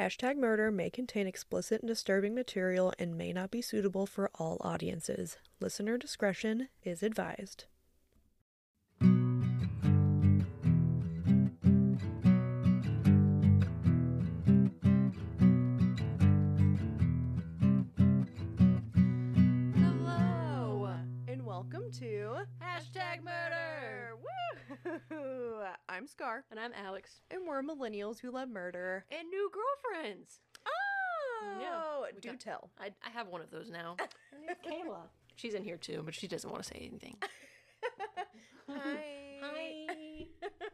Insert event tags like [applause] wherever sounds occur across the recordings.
Hashtag Murder may contain explicit and disturbing material and may not be suitable for all audiences. Listener discretion is advised. Hello and welcome to Hashtag murder. Woo! I'm Scar, And I'm Alex. and we're millennials who love murder. And new girlfriends. Oh, we do got- tell. I, I have one of those [laughs] now. Kayla. She's in here too, but she doesn't want to say [laughs] anything. Hi.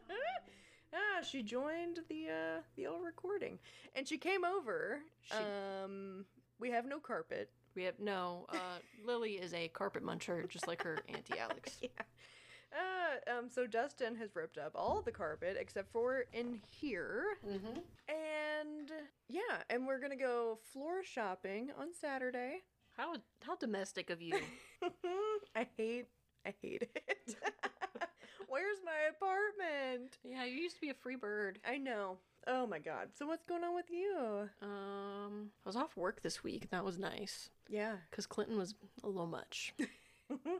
[laughs] ah, she joined the uh the old recording. And she came over. She- Um we have no carpet. We have no. Uh, Lily is a carpet muncher, just like [laughs] her [laughs] auntie Alex. Yeah. Uh, um, so Dustin has ripped up all the carpet except for in here. Mm-hmm. And yeah, and we're gonna go floor shopping on Saturday. [laughs] How how domestic of you. I hate I hate it. [laughs] Where's my apartment? [laughs] yeah, you used to be a free bird. I know. Oh my god. So what's going on with you? Um, I was off work this week. That was nice Yeah. [laughs] because Clinton was a little [laughs] much.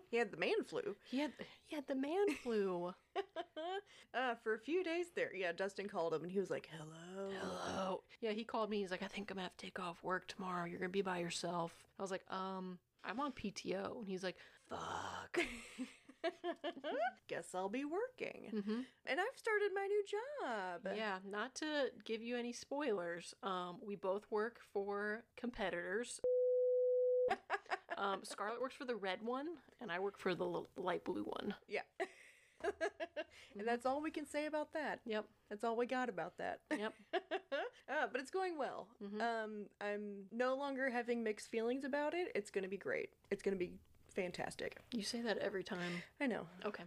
he had the man flu. [laughs] He had he had the man flu. uh, for a few days there. Yeah, Dustin called him and he was like, Hello. Hello. Yeah, he called me. He's like, I think I'm gonna have to take off work tomorrow. You're gonna be by yourself. I was like, um, I'm on PTO, and he's like, fuck. [laughs] Guess I'll be working. hmm And I've started my new job. Yeah, not to give you any spoilers. Um, we both work for [laughs] competitors. um, Scarlett works for the red one, and I work for the l- light blue one. Yeah. [laughs] and Mm-hmm. that's all we can say about that. Yep. That's all we got about that. Yep. [laughs] uh, but it's going well. Mhm. Um, I'm no longer having mixed feelings about it. It's going to be great. It's going to be fantastic. You say that every time. I know. [laughs] Okay.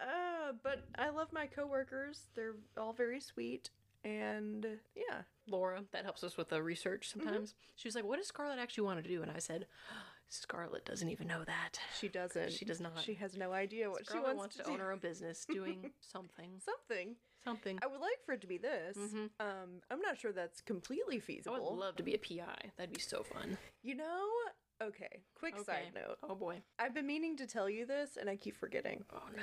uh, but I love my coworkers. They're all very sweet. And yeah, Laura, that helps us with the research sometimes. She was like, What does Scarlett actually want to do? And I said, Scarlett doesn't even know that. she doesn't. She does not. She has no idea what Scarlett she wants, wants, to, to, do. [laughs] own her own business, doing something, Something. something. I would like for it to be this. Mhm. Um, I'm not sure that's completely I feasible. would love to be a PI. That'd be so fun. you know. Okay. Quick side note. Oh boy. I've been meaning to tell you this, and I keep forgetting. Oh [sighs] no.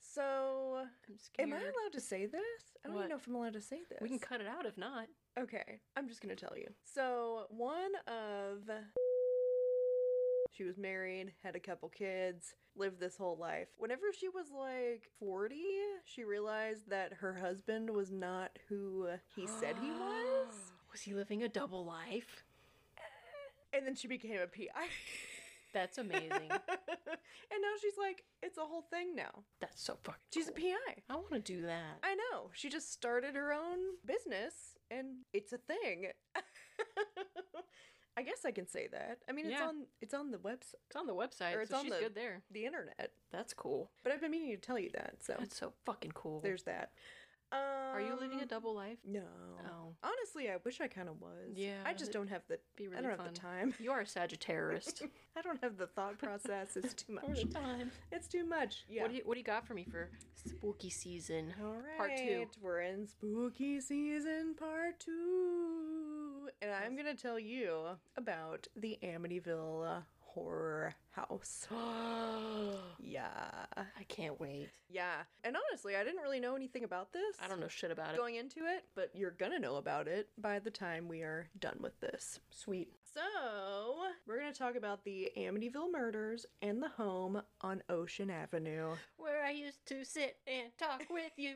So, I'm scared. am I allowed to say this? I don't What? even know if I'm allowed to say this. we can cut it out if not. Okay, I'm just gonna tell you. So one of she was married, had a couple kids, lived this whole life. Whenever she was like 40, she realized that her husband was not who [gasps] he said he was, Was he living a double life? and then she became a PI. [laughs] That's amazing. and now she's like, it's a whole thing now. That's so fucking. She's a cool. PI. I want to do that. I know. She just started her own business and it's a thing. [laughs] I guess I can say that. I mean, it's Yeah. on it's on the website, It's on the website. Or it's so on she's the- good there. the internet. That's cool. But I've been meaning to tell you that, so That's so fucking cool. there's that. Um, Are you living a double life? No. Oh. Honestly, I wish I kind of was. Yeah, I just that'd don't have the. Be I really don't fun. have the time. [laughs] You are a Sagittarius. I don't have the thought process. It's [laughs] too All much. the time. It's too much. Yeah. What do you What do you got for me for spooky season? All right. Part two. We're in spooky season part two. And I'm going to tell you about the Amityville horror house. [gasps] [gasps] I Yeah. can't wait. Yeah. And honestly, I didn't really know anything about this. I don't know shit about it. Going into it, but you're gonna know about it by the time we are done with this. Sweet. So, we're gonna talk about the Amityville murders and the home on Ocean Avenue. Where I used to sit and talk with [laughs] you.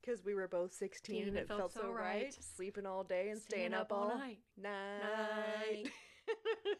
Because we were both 16 and it felt, so, right. Sleeping all day and staying, up, all night. Night. [laughs]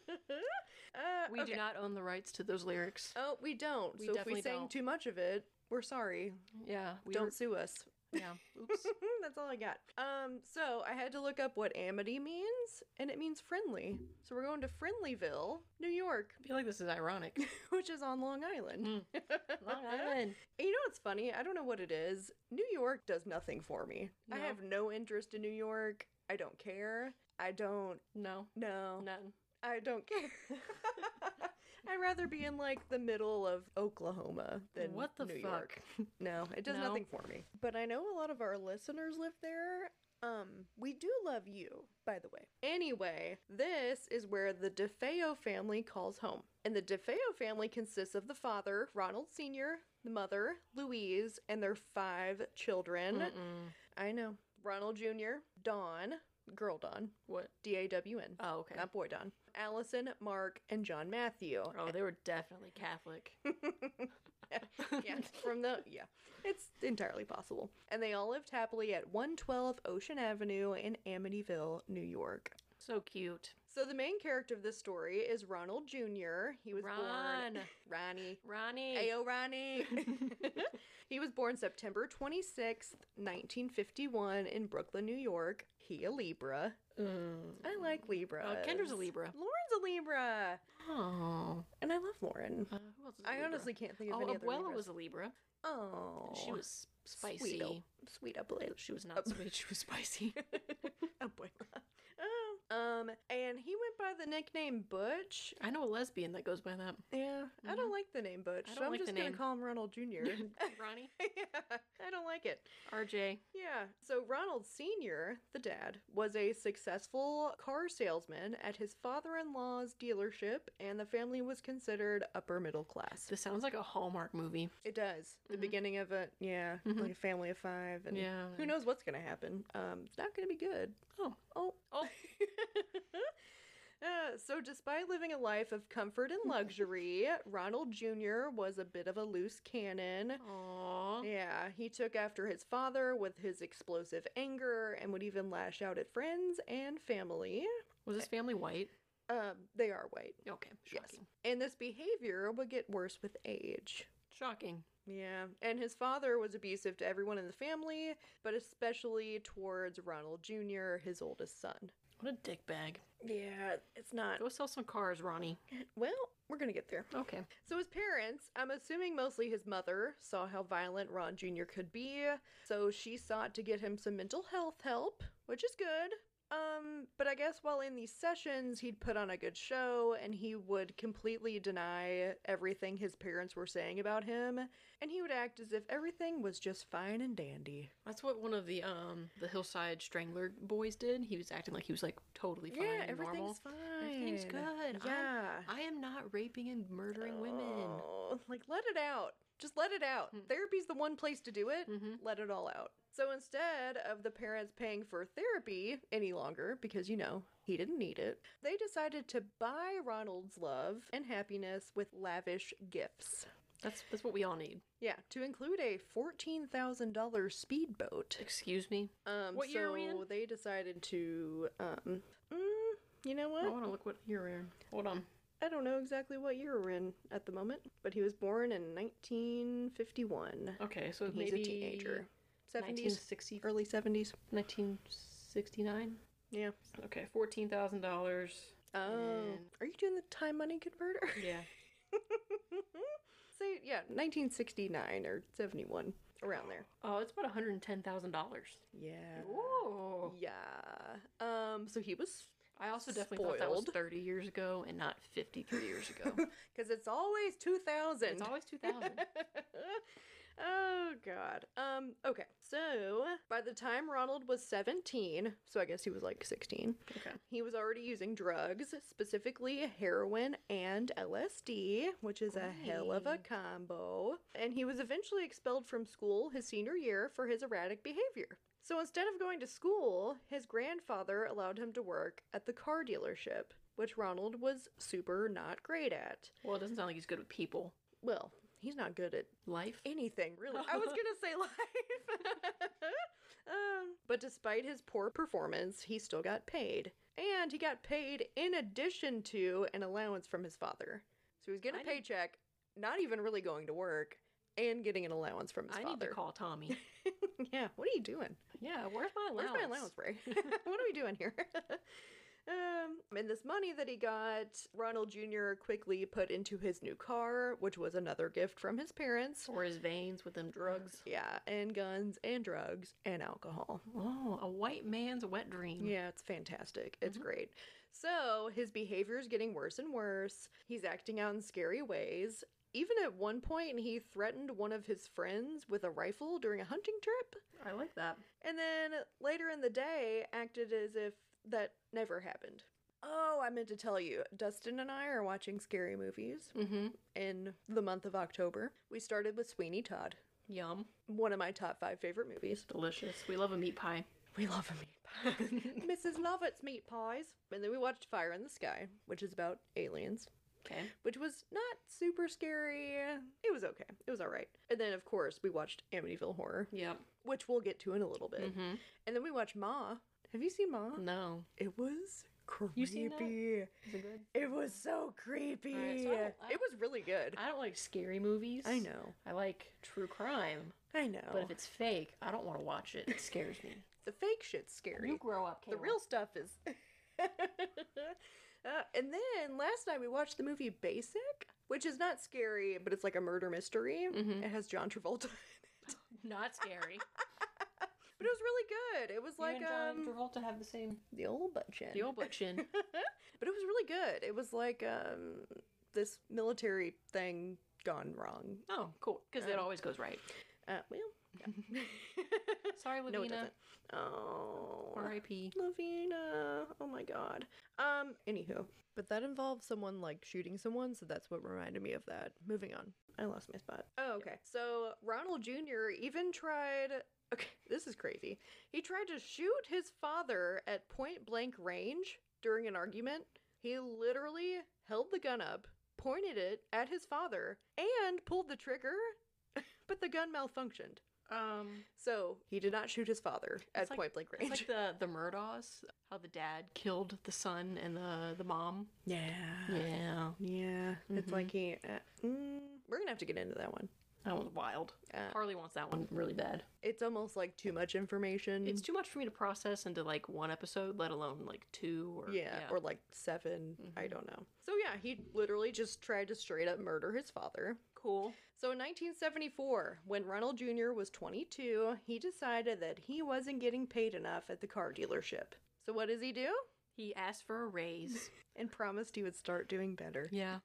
uh, We do not own the rights to those lyrics. Oh, we don't. We so if we definitely sang don't. too much of it, we're sorry. Yeah. We don't were- sue us. [laughs] yeah. Oops. That's all I got. Um, so I had to look up what amity means, and it means friendly. So we're going to Friendlyville, New York, [laughs] I feel like this is [laughs] ironic. which is on Long Island. Mm. [laughs] Long Island. And you know what's funny? I don't know what it is. New York does nothing for me. I No. have no interest in New York. I don't care. I don't No. know. None. I don't care. [laughs] I'd rather be in like the middle of Oklahoma than what the New fuck? York. No, it does No. nothing for me. But I know a lot of our listeners live there. Um, we do love you, by the way. Anyway, this is where the DeFeo family calls home. And the DeFeo family consists of the father, Ronald Sr., the mother, Louise, and their five children. Mm-mm. I know. Ronald Jr., Dawn, girl Dawn, What? D A W N, Oh, okay. not boy Dawn, Allison, Mark, and John Matthew. Oh, they were definitely [laughs] Catholic. yeah, [laughs] from the yeah, it's entirely possible. And they all lived happily at 112 Ocean Avenue in Amityville, New York. [laughs] So cute. So the main character of this story is Ronald Jr. He was born [laughs] Ron. Ronnie. Ronnie. Ayo, Ronnie. he was born September 26th, 1951, in Brooklyn, New York. He a Libra. [laughs] Mm. I like Libra. Oh, Kendra's a Libra. Lauren's a Libra, Oh. and I love Lauren. Uh, who else is a I Libra? honestly can't think of Oh, any other Abuela Libras. was a Libra. Oh, and She was spicy. Sweeto. sweet Abuela. She was [laughs] not sweet. She was spicy. [laughs] Abuela. Oh. [laughs] Um, and he went by the nickname Butch. I know a lesbian that goes [laughs] by that. Yeah, I don't like the name Butch, mm-hmm. I so don't I'm like just the gonna name. call him Ronald Jr. [laughs] Ronnie. yeah, [laughs] I don't like it. RJ. Yeah. So Ronald Sr., the dad, was a successful car salesman at his father in law's dealership, and the family was considered upper middle class. This sounds like a Hallmark movie. It does. The Mhm. beginning of it, yeah, Mhm. like a family of five. And Yeah. Who knows what's going to happen? Um, it's not going to be good. Oh. Oh. Oh. [laughs] Uh, so, despite living a life of comfort and luxury, [laughs] Ronald Jr. was a bit of a loose cannon. Aw. Yeah, he took after his father with his explosive anger and would even lash out at friends and family. Was his family white? Um, they are white. Okay. Yes. Shocking. And this behavior would get worse with age. Shocking. Yeah, and his father was abusive to everyone in the family, but especially towards Ronald Jr., his oldest son. What a dick bag. Yeah, it's not. Go sell some cars, Ronnie. Well, we're gonna get there. Okay. So, his parents, I'm assuming mostly his mother, saw how violent Ron Jr. could be, so she sought to get him some mental health help, which is good. Um, but I guess while in these sessions, he'd put on a good show and he would completely deny everything his parents were saying about him, and he would act as if everything was just fine and dandy. That's what one of the um the hillside strangler boys did. He was acting like he was like totally fine and normal. fine. Everything's good. I'm- Yeah. I am not raping and murdering women. Oh, Like, let it out. Just let it out. Hmm. Therapy's the one place to do it. Mhm. Let it all out. So instead of the parents paying for therapy any longer, because you know, he didn't need it, they decided to buy Ronald's love and happiness with lavish gifts. That's that's what we all need. Yeah, to include a $14,000 speedboat. Excuse me. Um, What so year are we in? they decided to, um, mm, you know what? I want to look what you're in. Hold on. I don't know exactly what year we're in at the moment, but he was born in 1951. Okay, so He's maybe a teenager. 70s, 1960, early 70s. 1969. Yeah. Okay, fourteen thousand dollars. Oh. And- Are you doing the time money converter? [laughs] Yeah. Say, yeah, 1969 or 71, around there. Oh, it's about one hundred and ten thousand dollars. Yeah. Ooh. Yeah. Um, so he [laughs] was, I also definitely thought that was Spoiled. thirty years ago and not fifty-three years ago. because it's always 2000. [laughs] it's always two [laughs] thousand. oh god. Um okay. So, by the time Ronald was 17, so I guess he was like 16, [laughs] Okay. he was already using drugs, specifically heroin and LSD, which is a hell of a Great. combo. And he was eventually expelled from school his senior year for his erratic behavior. So instead of going to school, his grandfather allowed him to work at the car dealership, which Ronald was super not great at. Well, it doesn't sound like he's good with people. Well, he's not good at Life. anything really [laughs] i was gonna say life [laughs] um, but despite his poor performance he still got paid and he got paid in addition to an allowance from his father so he was getting I a need- paycheck not even really going to work and getting an allowance from his I need father to call [laughs] Tommy. [laughs] yeah what are you doing yeah, where's my [laughs] allowance? Where's my allowance, Ray? what are we doing here? [laughs] um, And this money that he got, Ronald Jr. quickly put into his new car, which was another gift from his parents. Or his veins with them drugs. Yeah, and guns and drugs and alcohol. Oh, a white man's wet dream. Yeah, it's fantastic. It's Mhm. great. So his behavior is getting worse and worse. He's acting out in scary ways. Even at one point, he threatened one of his friends with a rifle during a hunting trip. I like that. And then later in the day, acted as if that never happened. Oh, I meant to tell you, Dustin and I are watching scary movies Mm-hmm. in the month of October. We started with Sweeney Todd, Yum. one of my top five favorite movies. Delicious. We love a meat [laughs] pie. We love a meat pie. Mrs. Lovett's meat pies. And then we watched Fire in the Sky, which is about aliens, Okay. which was not super scary. It was okay. It was all right. And then, of course, we watched Amityville Horror, Yep. which we'll get to in a little bit. Mm-hmm. And then we watched Ma. Have you seen Ma? No. It was creepy. You seen that? Is it good? It was so creepy. All right, so I don't- I- it was really good. I don't like scary movies. I know. I like true crime, I know. but if it's fake, I don't want to watch it. It scares me. the fake shit's scary. you grow up, The Kayla. real stuff is. [laughs] uh, and then last night we watched the movie Basic, which is not scary, but it's like a murder mystery. Mhm. It has John Travolta, [laughs] Not [laughs] scary. but it was really good. It was like like um Travolta have the [laughs] same. the old butt chin. The old butt chin. but it was really good. It was like um this military thing gone wrong. [laughs] Oh, cool. Because it Um, always goes right. Uh, well, yeah. [laughs] Sorry, no, it Lavina. doesn't. Oh, R.I.P. Lavina. Oh my god. Um, anywho. But that involves someone like shooting someone, so that's what reminded me of that. Moving on. I lost my spot. Oh, okay. So Ronald Jr. even tried okay, [laughs] this is crazy. He tried to shoot his father at point blank range during an argument. He literally held the gun up, pointed it at his father, and pulled the trigger, [laughs] but the gun malfunctioned. Um, So he did not shoot his father at like- point blank range. it's like the the Murdaws. How the dad killed the son and the the mom. [laughs] Yeah. Yeah, Yeah. It's Mhm. like he. Uh, mm, we're going to have to get into that one. that one's wild. Uh, Harley wants that one really bad. it's almost like too much information. It's too much for me to process into like one episode, let alone like two or yeah, or like 7 I Mhm. don't know. So yeah, he literally just tried to straight up murder his father. cool. So in 1974, when Ronald Jr. was 22, he decided that he wasn't getting paid enough at the car dealership. So what does he do? He asked for a raise. And promised he would start doing better. [laughs] yeah,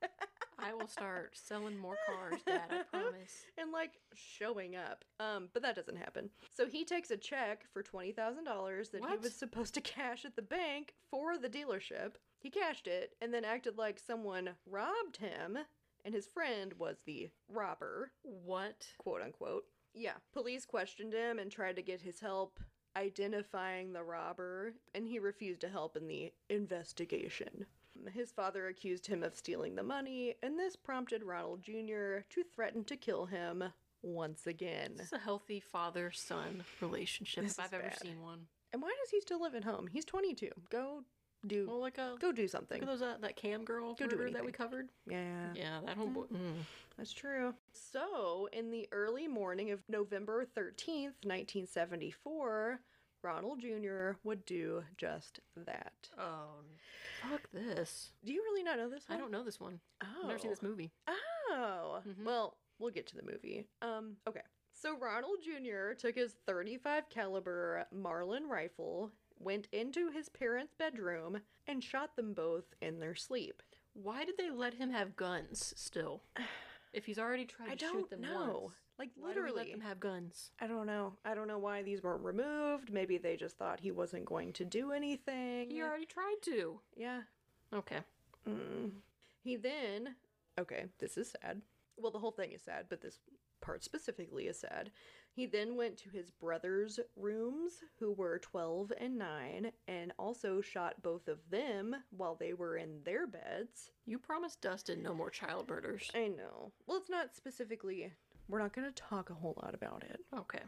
I will start selling more cars, Dad. I promise. and like showing up. Um, but that doesn't happen. So he takes a check for twenty thousand dollars that he What? was supposed to cash at the bank for the dealership. He cashed it and then acted like someone robbed him, and his friend was the robber, What? quote unquote. Yeah, police questioned him and tried to get his help identifying the robber, and he refused to help in the investigation. His father accused him of stealing the money, and this prompted Ronald Jr. to threaten to kill him once again. This is a healthy father son relationship This if I've is ever bad. seen one. And why does he still live at home? He's 22. Go do Well, like a go do look something. at those uh, that cam girl Go do murder that we anything. covered. Yeah. Yeah, that homeboy. Mm. That's true. So, in the early morning of November 13th, 1974, Ronald Jr. would do just that. Oh, fuck this! Do you really not know this I one? don't know this one. Oh. I've never seen this movie. Oh. Mhm. Well, we'll get to the movie. Um, okay. So Ronald Jr. took his 35 caliber Marlin rifle, went into his parents' bedroom, and shot them both in their sleep. Why did they let him have guns [sighs] still? If he's already tried to I don't shoot them know. once, Like why do we literally. let them have guns. I don't know. I don't know why these weren't removed. Maybe they just thought he wasn't going to do anything. He already tried to. Yeah. Okay. Mm. He then, okay, this is sad. Well, the whole thing is sad, but this part specifically is sad. He then went to his brother's rooms, who were 12 and 9, and also shot both of them while they were in their beds. You promised Dustin no more child murders. I know. Well, it's not specifically. We're not going to talk a whole lot about it. Okay.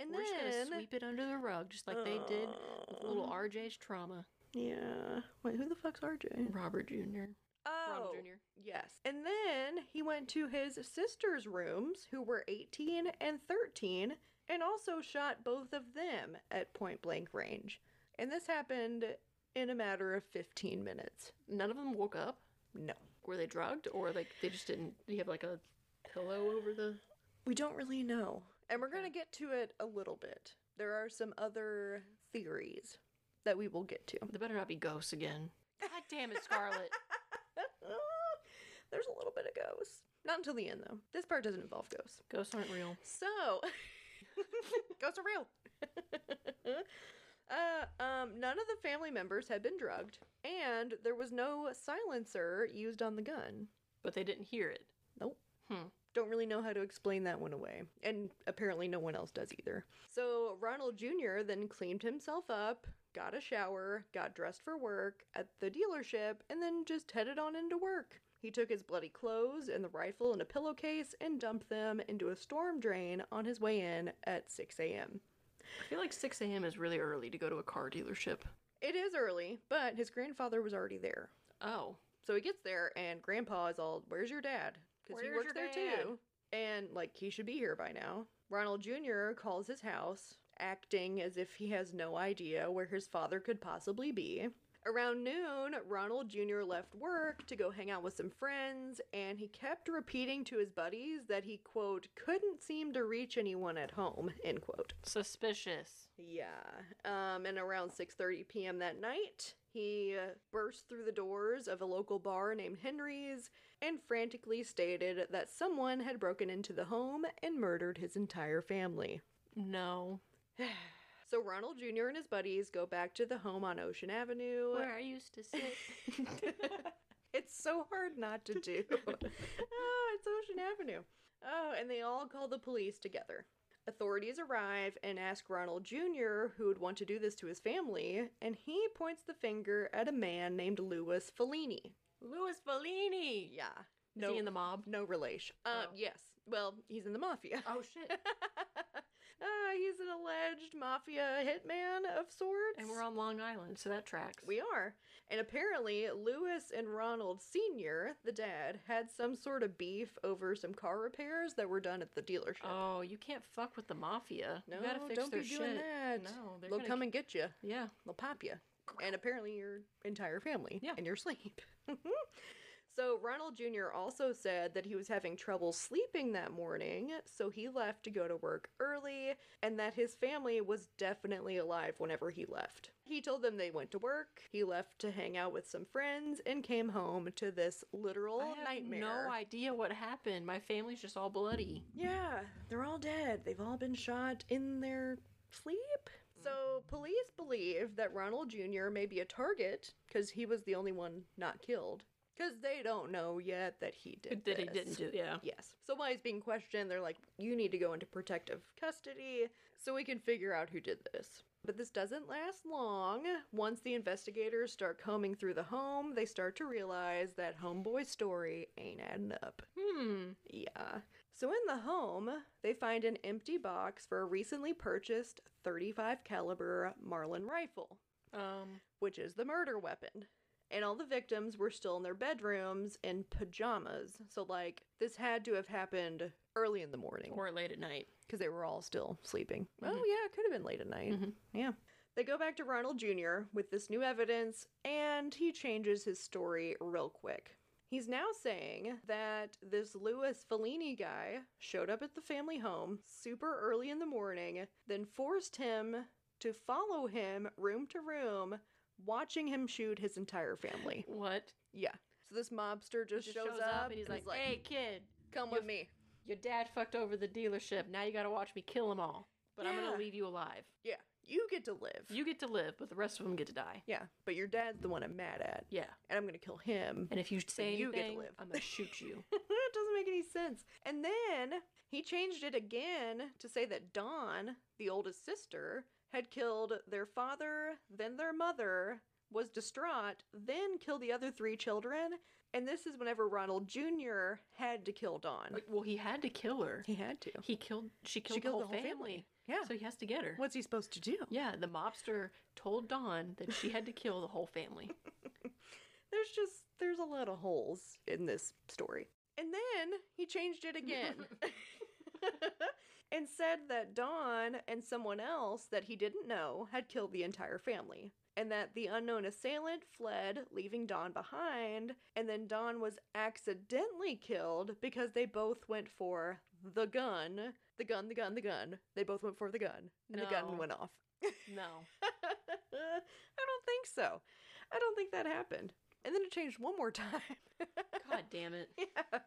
And We're then. just gonna sweep it under the rug, just like they did with little Uh, RJ's trauma. Yeah. Wait, who the fuck's RJ? Robert Jr. Oh. Ronald Jr. Yes. And then he went to his sister's rooms, who were 18 and 13, and also shot both of them at point blank range. And this happened in a matter of 15 minutes. None of them woke up. No. Were they drugged or like they just didn't? Do you have like a pillow over the? We don't really know. And we're Okay. going to get to it a little bit. There are some other theories that we will get to. [laughs] They better not be ghosts again. God damn it, Scarlet. There's a little bit of ghosts. Not until the end, though. This part doesn't involve ghosts. ghosts aren't real. So, [laughs] ghosts are real. [laughs] uh, um, none of the family members had been drugged, and there was no silencer used on the gun. But they didn't hear it. Don't really know how to explain that one away. And apparently, no one else does either. So, Ronald Jr. then cleaned himself up, got a shower, got dressed for work at the dealership, and then just headed on into work. He took his bloody clothes and the rifle in a pillowcase and dumped them into a storm drain on his way in at 6 a.m. I feel like 6 a.m. is really early to go to a car dealership. It is early, but his grandfather was already there. Oh, So he gets there, and Grandpa is all, "Where's your dad?" Because he Where's works your there dad? too, and like he should be here by now. Ronald Jr. calls his house, acting as if he has no idea where his father could possibly be. Around noon, Ronald Jr. left work to go hang out with some friends, and he kept repeating to his buddies that he quote couldn't seem to reach anyone at home end quote. suspicious. Yeah. Um, and around 6:30 p.m. that night, he uh, burst through the doors of a local bar named Henry's and frantically stated that someone had broken into the home and murdered his entire family. No. So Ronald Jr. and his buddies go back to the home on Ocean Avenue. Where I used to [laughs] sit. It's so hard not to [laughs] do. oh, it's Ocean Avenue. Oh, and they all call the police together. Authorities arrive and ask Ronald Jr. who would want to do this to his family, and he points the finger at a man named Louis Fellini. Louis Bellini. Yeah. Is No, he in the mob? no relation. Uh, Oh. Yes. Well, he's in the [laughs] mafia. Oh shit. uh, he's an alleged mafia hitman of sorts. and we're on Long Island, so that tracks. We are. And apparently, Lewis and Ronald Sr., the dad, had some sort of beef over some car repairs that were done at the dealership. Oh, you can't fuck with the mafia. no, you gotta fix don't their be shit. doing that. No, they're They'll gonna come and get you. Yeah. They'll pop you. And apparently, your entire family Yeah. and your sleep. [laughs] so, Ronald Jr. also said that he was having trouble sleeping that morning, so he left to go to work early, and that his family was definitely alive whenever he left. He told them they went to work, he left to hang out with some friends, and came home to this literal I have nightmare. no idea what happened. My family's just all bloody. Yeah, they're all dead. They've all been shot in their sleep. So, police believe that Ronald Jr. may be a target because he was the only one not killed. Because they don't know yet that he did. that he this. didn't do. Yeah. Yes. So while he's being questioned, they're like, you need to go into protective custody so we can figure out who did this. But this doesn't last long. Once the investigators start combing through the home, they start to realize that Homeboy's story ain't adding up. Hmm. Yeah. So in the home, they find an empty box for a recently purchased 35 caliber Marlin rifle, Um. which is the murder weapon. And all the victims were still in their bedrooms in pajamas. So like this had to have happened early in the morning Or late at night. because they were all still sleeping. Mhm. Oh yeah, it could have been late at night. Mhm. Yeah. They go back to Ronald Jr. with this new evidence, and he changes his story real quick. He's now saying that this Louis Fellini guy showed up at the family home super early in the morning, then forced him to follow him room to room, watching him shoot his entire family. What? Yeah. So this mobster just, Just shows, up, and he's like, "Hey, kid, come you- with me." your dad fucked over the dealership. Now you gotta watch me kill them all. But I'm Yeah. gonna leave you alive. Yeah, you get to live. You get to live, but the rest of them get to die. Yeah, but your dad's the one I'm mad at, Yeah. and I'm gonna kill [laughs] him. [laughs] And if you say you get to anything, live. I'm gonna shoot [laughs] you. it doesn't make any sense. And then he changed it again to say that Dawn, the oldest sister, had killed their father, then their mother, was distraught, then killed the other three children. And this is whenever Ronald Jr. had to kill Dawn. Like, well, he had to kill her. He had to. He killed. She killed, the, whole family. Yeah. So he has to get her. What's he supposed to do? Yeah, the mobster told Dawn that she had to kill the whole family. There's just there's a lot of holes in this story. And then he changed it again. [laughs] and said that Don and someone else that he didn't know had killed the entire family. And that the unknown assailant fled, leaving Don behind. And then Don was accidentally killed because they both went for the gun. The gun, the gun, the gun. They both went for the gun. [laughs] And the No. gun went off. No. [laughs] I don't think so. I don't think that happened. And then it changed one more [laughs] time. God [laughs] damn it. yeah.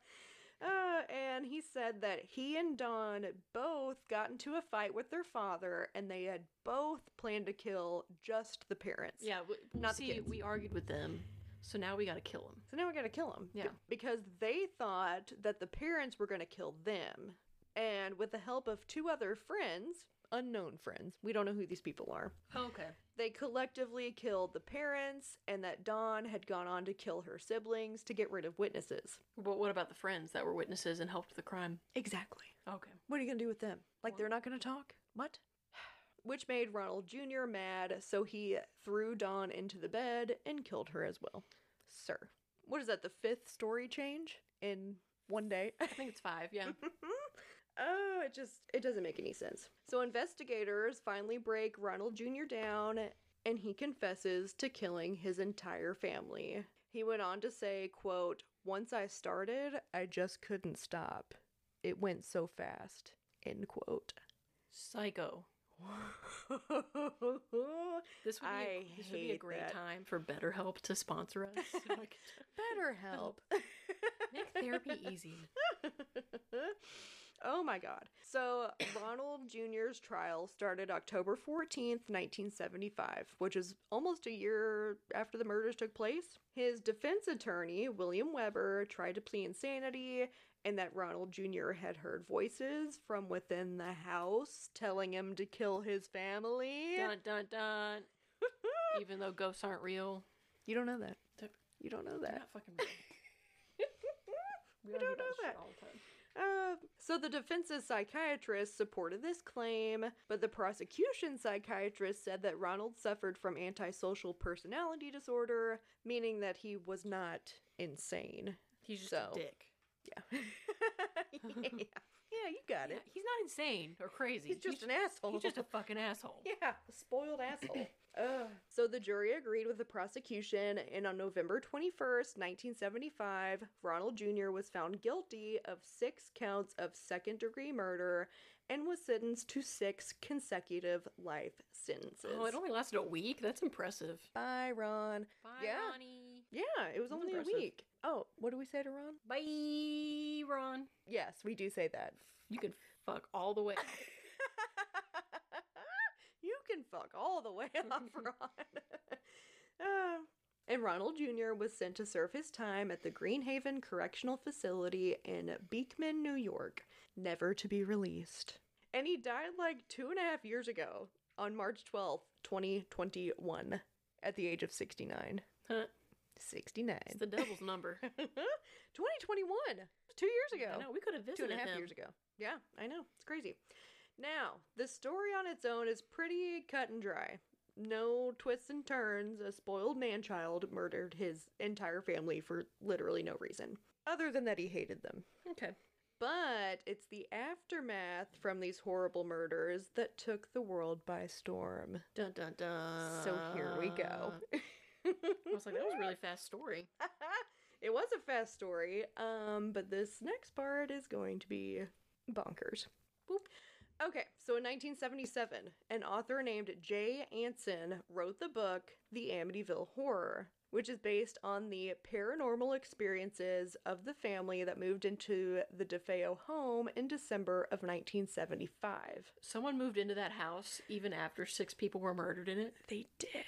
Uh, and he said that he and Don both got into a fight with their father, and they had both planned to kill just the parents. Yeah, we, Not the see, kids. we argued with them, so now we gotta kill them. So now we gotta kill them. Yeah. Because they thought that the parents were gonna kill them. And with the help of two other friends, unknown friends, we don't know who these people are, Okay. They collectively killed the parents, and that Dawn had gone on to kill her siblings to get rid of witnesses. But what about the friends that were witnesses and helped the crime? Exactly. Okay. What are you going to do with them? Like, What? they're not going to talk? What? [sighs] Which made Ronald Jr. mad, so he threw Dawn into the bed and killed her as well. Sir. What is that, the fifth story change in one day? [laughs] I think it's five, yeah. oh, it just it doesn't make any sense. So investigators finally break Ronald Jr. down and he confesses to killing his entire family. He went on to say, quote, "Once I started, I just couldn't stop. It went so fast." End quote. Psycho. BetterHelp. This would be, a- I this would be a hate great that. time for BetterHelp to sponsor us. so I could- [laughs] Make therapy easy. [laughs] oh my god. So Ronald Jr.'s trial started October 14th, 1975, which is almost a year after the murders took place. His defense attorney, William Weber, tried to plead insanity and that Ronald Jr. had heard voices from within the house telling him to kill his family. Dun dun dun. [laughs] Even though ghosts aren't real, You don't know that. They're- You don't know they're that. not fucking real. We [laughs] You argue don't about know this shit that. all the time. Uh, so the defense's psychiatrist supported this claim, but the prosecution psychiatrist said that Ronald suffered from antisocial personality disorder, meaning that he was not [laughs] insane. [laughs] He's just So, a dick. Yeah. yeah. Yeah, you got Yeah, it. he's not insane or crazy. He's just an asshole. he's just a fucking [laughs] asshole. Yeah, a spoiled [clears throat] asshole. Ugh. So the jury agreed with the prosecution, and on November 21st, 1975, Ronald Jr. was found guilty of six counts of second degree murder and was sentenced to six consecutive life sentences. Oh, it only lasted a week. That's impressive. Bye, Ron. Bye, Yeah. Ronnie. Yeah, it was That's only impressive. a week. Oh, what do we say to Ron? Bye, Ron. Yes, we do say that. You can fuck all the way. [laughs] you can fuck all the way off, Ron. [laughs] Uh, and Ronald Jr. was sent to serve his time at the Greenhaven Correctional Facility in Beekman, New York, never to be released. And he died like two and a half years ago on March 12th, 2021, at the age of 69. [laughs] Huh. 69. [laughs] It's the devil's number. 2021, two years ago I know, we could have two visited and a half him. years ago. Yeah, I know. It's crazy. Now, the story on its own is pretty cut and dry. No twists and turns. A spoiled man child murdered his entire family for literally no reason, other than that he hated them. Okay. But it's the aftermath from these horrible murders that took the world by storm. Dun dun dun. So here we go. I was like, that was a really fast story. [laughs] it was a fast story, um, but this next part is going to be bonkers. Boop. Okay, so in 1977, an author named Jay Anson wrote the book The Amityville Horror, which is based on the paranormal experiences of the family that moved into the DeFeo home in December of 1975. Someone moved into that house even after six people were murdered in it. They did.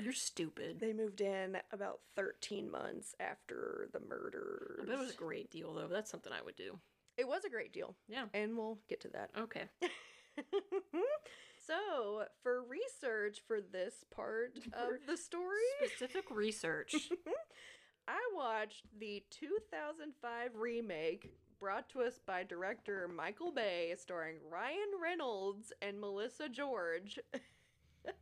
You're stupid. They moved in about 13 months after the murders. I bet it was a great deal, though. That's something I would do. It was a great deal, Yeah. and we'll get to that. [laughs] Okay. so, for research for this part of the story, Specific [laughs] research. I watched the 2005 remake brought to us by director Michael Bay, starring Ryan Reynolds and Melissa George, [laughs]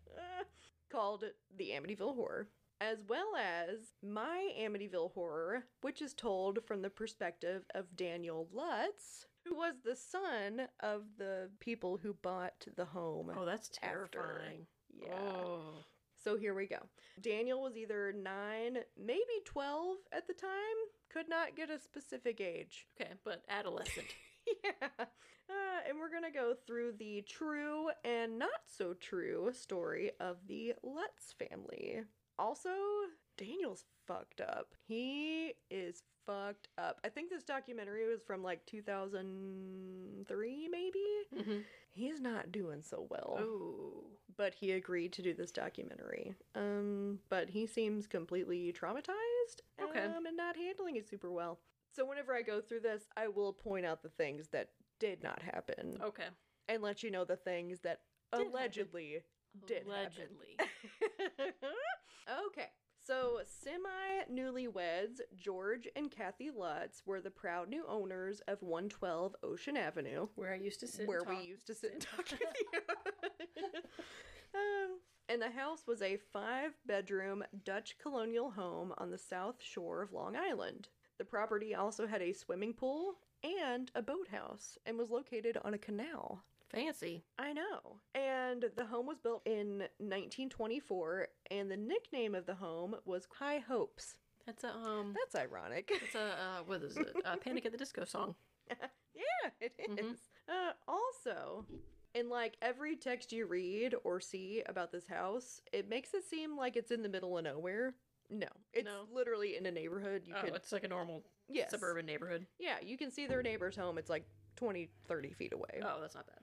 called The Amityville Horror, as well as My Amityville Horror, which is told from the perspective of Daniel Lutz, who was the son of the people who bought the home. Oh, that's after. terrifying. Yeah. Oh. So here we go. Daniel was either nine, maybe 12 at the time, could not get a specific age. [laughs] Okay, but adolescent. yeah. Uh, and we're going to go through the true and not so true story of the Lutz family. Also, Daniel's fucked up. He is fucked up. I think this documentary was from like 2003, maybe. [laughs] mm-hmm. He's not doing so well Oh. but he agreed to do this documentary. Um, but he seems completely traumatized Okay. um, and not handling it super well. So whenever I go through this, I will point out the things that did not happen Okay. and let you know the things that Did happen. allegedly [laughs] Did happen. Allegedly. okay. So, semi newlyweds George and Kathy Lutz were the proud new owners of 112 Ocean Avenue [laughs] Where I used to sit. where and talk. we used to sit [laughs] and talk with you. [laughs] um, and the house was a five bedroom Dutch colonial home on the south shore of Long Island. The property also had a swimming pool and a boathouse and was located on a canal. Fancy. I know. And the home was built in 1924, and the nickname of the home was High Hopes. That's a um. That's ironic. That's a uh, what is it? A Panic at the Disco song. Yeah, [laughs] it Mhm. is. Uh, also, in like every text you read or see about this house, it makes it seem like it's in the middle of nowhere. No, it's No. literally in a neighborhood. You oh, could, it's like a normal yes, suburban neighborhood. Yeah, you can see their neighbor's home. It's like 20, 30 feet away. Oh, that's not bad.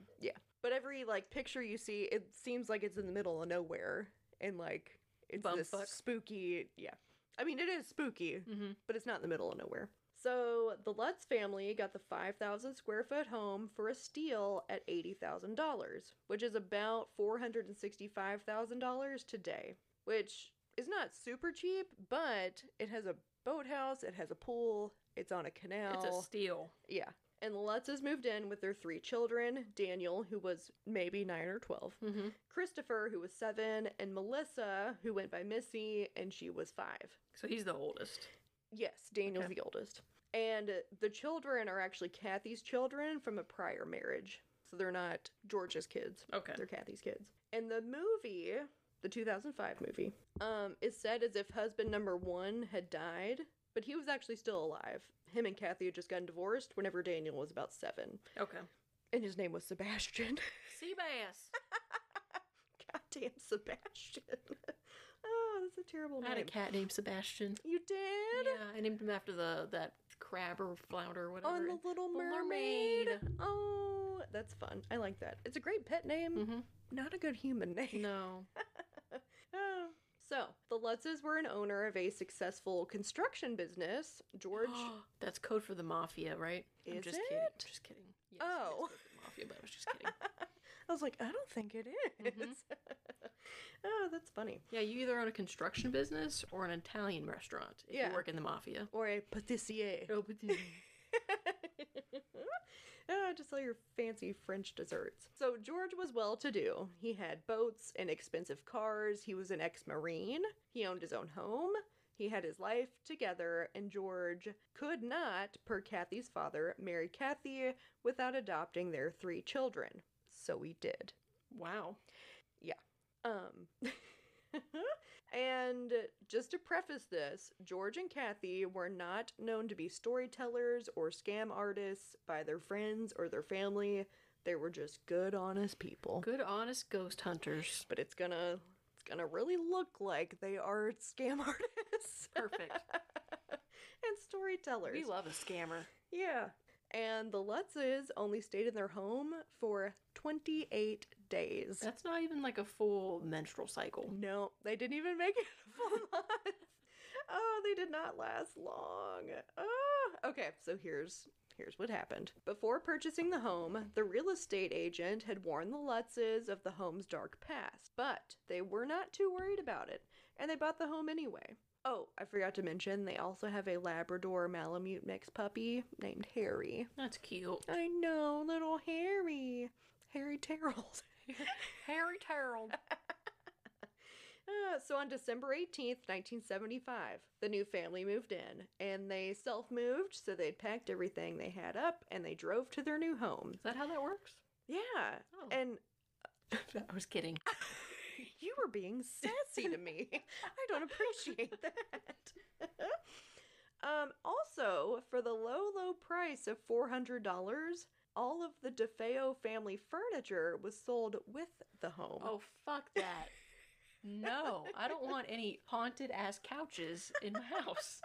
But every like picture you see, it seems like it's in the middle of nowhere, and like it's this Bumfuck. spooky. Yeah, I mean it is spooky Mm-hmm. but it's not in the middle of nowhere. So the Lutz family got the 5,000 square foot home for a steal at $80,000, which is about $465,000 today, which is not super cheap, but it has a boathouse, it has a pool, it's on a canal. It's a steal. yeah. And the Lutzes moved in with their three children Daniel, who was maybe 9 or 12, Mm-hmm. Christopher, who was 7, and Melissa, who went by Missy, and she was 5. So he's the oldest. Yes, Daniel's Okay. the oldest. And uh, the children are actually Kathy's children from a prior marriage. So they're not George's kids. Okay. They're Kathy's kids. And the movie, the 2005 movie, um, is said as if husband number one had died, but he was actually still alive. Him and Kathy had just gotten divorced whenever Daniel was about seven. Okay. And his name was Sebastian. [laughs] Sea bass. Goddamn Sebastian. [laughs] oh, that's a terrible I had a name. cat named Sebastian. You did? Yeah, I named him after the that crab or flounder or whatever. On the Little The Little Mermaid. Mermaid. Oh, that's fun. I like that. It's a great pet name. Mm-hmm. Not a good human name. [laughs] No. Oh. So, the Lutzes were an owner of a successful construction business. [gasps] George. That's code for the mafia, right? I'm Is just kidding. I'm it? just kidding. Yes, Oh. It is code for the mafia, but I was just kidding. [laughs] I was like, I don't think it is. Mhm. [laughs] oh, that's funny. yeah, you either own a construction business or an Italian restaurant if Yeah. you work in the mafia. Or a patissier. Oh, but the- [laughs] Ah, just all your fancy French desserts. So, George was well to do. He had boats and expensive cars. He was an ex Marine. He owned his own home. He had his life together, and George could not, per Kathy's father, marry Kathy without adopting their three children. So he did. [laughs] wow. Um, [laughs] and just to preface this, George and Kathy were not known to be storytellers or scam artists by their friends or their family. They were just good, honest people. Good, honest ghost hunters. But it's gonna, it's gonna really look like they are scam [laughs] artists Perfect. and storytellers. we love a scammer. yeah. And the Lutzes only stayed in their home for 28 days. That's not even like a full menstrual cycle. No, they didn't even make it [laughs] a full month. Oh, they did not last long. Oh, okay, so here's here's what happened. Before purchasing the home, the real estate agent had warned the Lutzes of the home's dark past, but they were not too worried about it, and they bought the home anyway. Oh, I forgot to mention they also have a Labrador Malamute mix puppy named Harry. That's [laughs] cute. I know, little Harry. Harry Terrell. Harry Terrell. Uh, so on December 18th, 1975, the new family moved in and they self moved, so they'd packed everything they had up and they drove to their new home. Is that how that works? Yeah. Oh. And I was kidding. you were being sassy to [laughs] me. I don't appreciate that. [laughs] um, also, for the low, low price of $400, all of the DeFeo family furniture was sold with the home. Oh, fuck that. [laughs] No, I don't want any haunted ass couches in my house.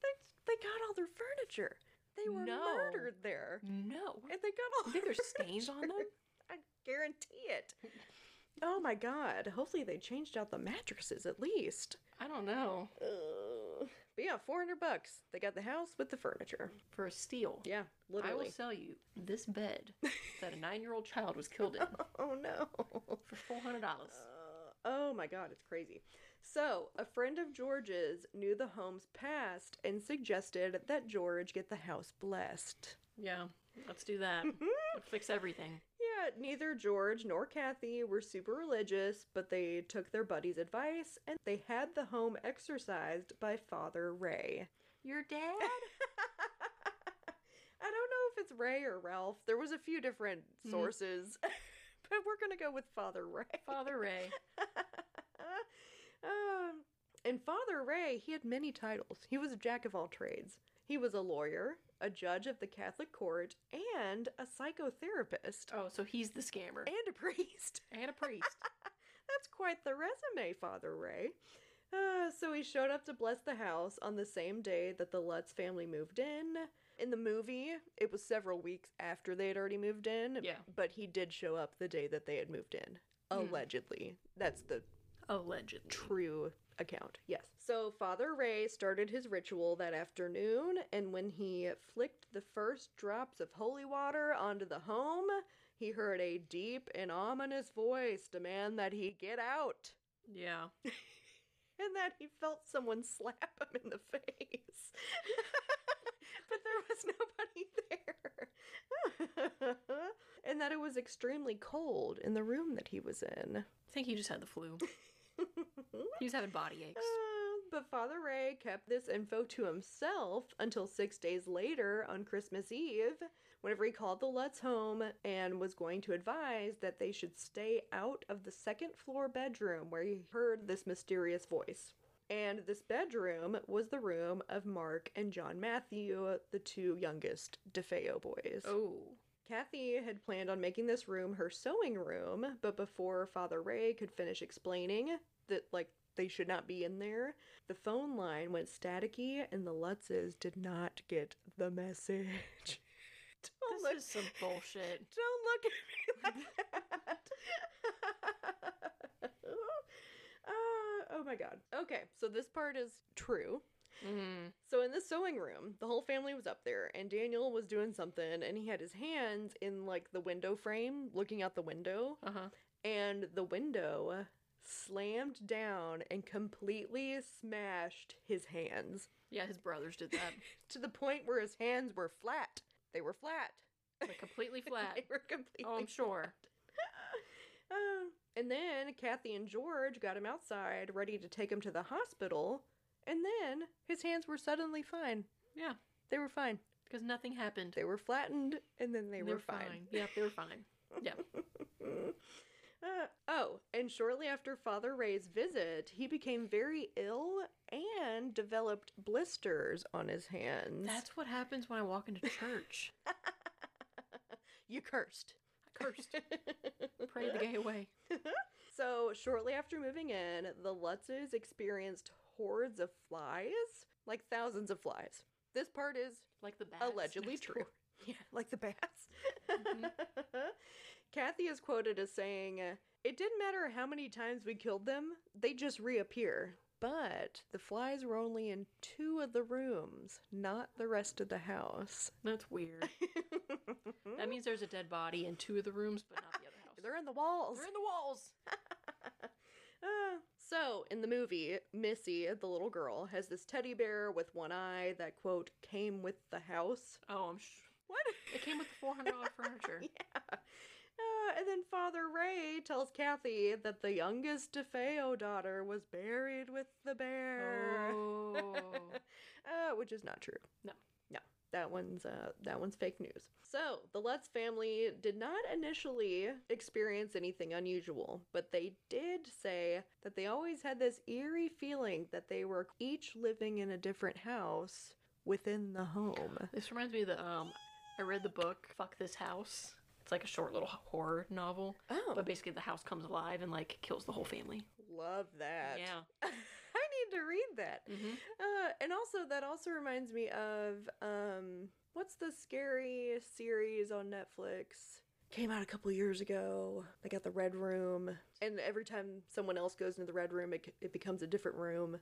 They, they got all their furniture. They were No. murdered there. No. And they got all You think their there's stains on them? furniture. I [laughs] guarantee it. Oh my god. Hopefully they changed out the mattresses at least. I don't know. Ugh. But yeah, 400 bucks. They got the house with the furniture. For a steal. Yeah, I will literally. sell you this bed that a nine year old child was killed in Oh no. for four hundred dollars. Uh, oh my god, it's crazy. So, a friend of George's knew the home's past and suggested that George get the house blessed. Yeah, let's do that. Fix everything. Yeah, neither George nor Kathy were super religious, but they took their buddy's advice and they had the home exorcised by Father Ray. Your dad? I don't know if it's Ray or Ralph. There was a few different Mhm. sources, [laughs] but we're going to go with Father Ray. Father Ray. [laughs] um, and Father Ray, he had many titles. He was a jack of all trades. He was a lawyer, a judge of the Catholic court, and a psychotherapist, Oh, so he's the scammer. and a priest. And a priest. That's quite the resume, Father Ray. Uh, so he showed up to bless the house on the same day that the Lutz family moved in. In the movie, it was several weeks after they had already moved in, Yeah. but he did show up the day that they had moved in. Allegedly. That's the Allegedly. true account, yes. So Father Ray started his ritual that afternoon, and when he flicked the first drops of holy water onto the home, he heard a deep and ominous voice demand that he get out Yeah. and that he felt someone slap him in the face. [laughs] but there was nobody there. [laughs] and that it was extremely cold in the room that he was in. I think he just had [laughs] the flu. He was having body aches. Uh, but Father Ray kept this info to himself until six days later on Christmas Eve, whenever he called the Lutz home and was going to advise that they should stay out of the second floor bedroom where he heard this mysterious voice. And this bedroom was the room of Mark and John Matthew, the two youngest DeFeo boys. Oh. Kathy had planned on making this room her sewing room, but before Father Ray could finish explaining that, like, they should not be in there, the phone line went staticky and the Lutzes did not get the message. [laughs] don't, look, This is some bullshit. don't look at me [laughs] like that. [laughs] uh, oh my god. Okay, so this part is true. Mm. So in the sewing room, the whole family was up there, and Daniel was doing something, and he had his hands in like the window frame, looking out the window, Uh huh. and the window slammed down and completely smashed his hands Yeah, his brothers did that. to the point where his hands were flat. They were flat. [laughs] Like completely flat. They were completely. Oh, [laughs] I'm sure. Uh, and then Kathy and George got him outside, ready to take him to the hospital, and then his hands were suddenly fine. Yeah, They were fine. because nothing happened. They were flattened and then they, were, fine. Yeah, they [laughs] were fine. Yeah. Uh, oh, and shortly after Father Ray's visit, he became very ill and developed blisters on his hands. That's what happens when I walk [laughs] into church. you cursed. [laughs] I cursed. Pray the gay away. So, shortly after moving in, the Lutzes experienced hordes of flies, like thousands of flies. This part is Like the bats. allegedly next true. door. [laughs] Yeah, Mm-hmm. like the bats. Mhm. [laughs] Kathy is quoted as saying, It didn't matter how many times we killed them, they just reappear. But the flies were only in two of the rooms, not the rest of the [laughs] house. That's weird. That means there's a dead body in two of the rooms, but not the other house. They're in the walls. They're in the [laughs] walls. Ah. So, in the movie, Missy, the little girl, has this teddy bear with one eye that, quote, came with the house. Oh, I'm sh- What? [laughs] It came with the $400 furniture. yeah. Ah, and then Father Ray tells Kathy that the youngest DeFeo daughter was buried with the bear. Oh. uh, which is not true. No. no, that one's uh, that one's fake news. So the Lutz family did not initially experience anything unusual, but they did say that they always had this eerie feeling that they were each living in a different house within the home. This reminds me that um, I read the book "Fuck This House." It's like a short little horror novel, Oh, but basically the house comes alive and like kills the whole family. love that. Yeah. [laughs] I need to read that. hmm Uh, and also, that also reminds me of um, what's the scary series on Netflix? Came out a couple years ago. They got the Red Room, and every time someone else goes into the Red Room, it, it becomes a different room.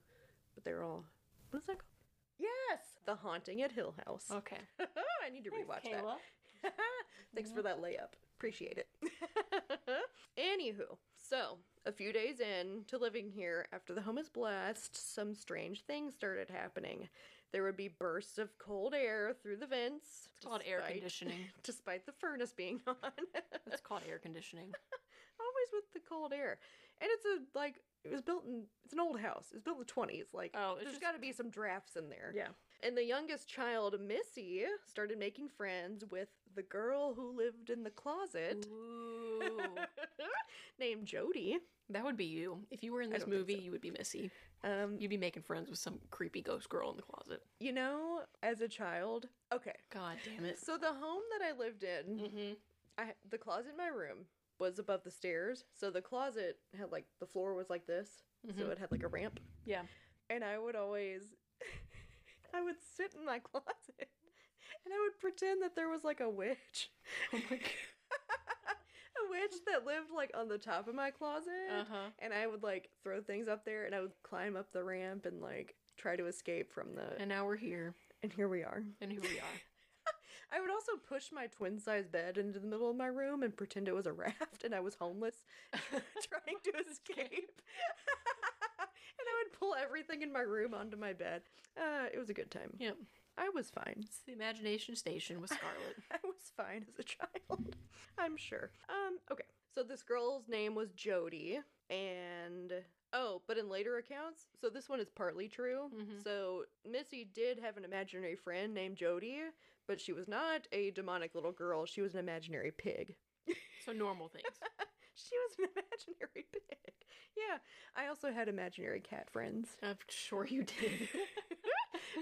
But they're all What is that called? yes, The Haunting at Hill House. Okay. [laughs] I need to rewatch that. [laughs] Thanks for that layup. Appreciate it. [laughs] Anywho, so a few days in to living here, after the home is blessed, some strange things started happening. There would be bursts of cold air through the vents. It's called air despite- conditioning. Despite the furnace being [laughs] on. It's called air conditioning. Always with the cold air. And it's a, like, it was built in, it's an old house. It was built in the 20s. Like, [laughs] Oh, it's there's just- got to be some drafts in there. Yeah. And the youngest child, Missy, started making friends with the girl who lived in the closet Ooh. [laughs] named Jody. [laughs] that would be you. If you were in I this don't think movie, so. you would be Missy. Um, You'd be making friends with some creepy ghost girl in the closet. you know, as a child, okay. God damn it. So the home that I lived in, Mm-hmm. I the closet in my room was above the stairs. So the closet had like the floor was like this, Mm-hmm. so it had like a ramp. Yeah. And I would always, [laughs] I would sit in my [laughs] closet, and I would pretend that there was like a witch. Oh my [laughs] a witch that lived like on the top of my closet. Uh huh. And I would like throw things up there and I would climb up the ramp and like try to escape from the. And now we're here, And here we are. and here we are. I would also push my twin size bed into the middle of my room and pretend it was a raft and I was homeless [laughs] trying to escape. [laughs] and I would pull everything in my room onto my bed. Uh, it was a good time. Yep. I was fine. It's [laughs] the imagination station with Scarlet. [laughs] I was fine as a child. I'm sure. Um, okay. So this girl's name was Jody, and oh, but in later accounts, so this one is partly true. Mhm. So Missy did have an imaginary friend named Jody, but she was not a demonic little girl. She was an imaginary pig. so normal things. [laughs] She was an [laughs] imaginary pig. Yeah. I also had imaginary cat friends. I'm sure you [laughs] did.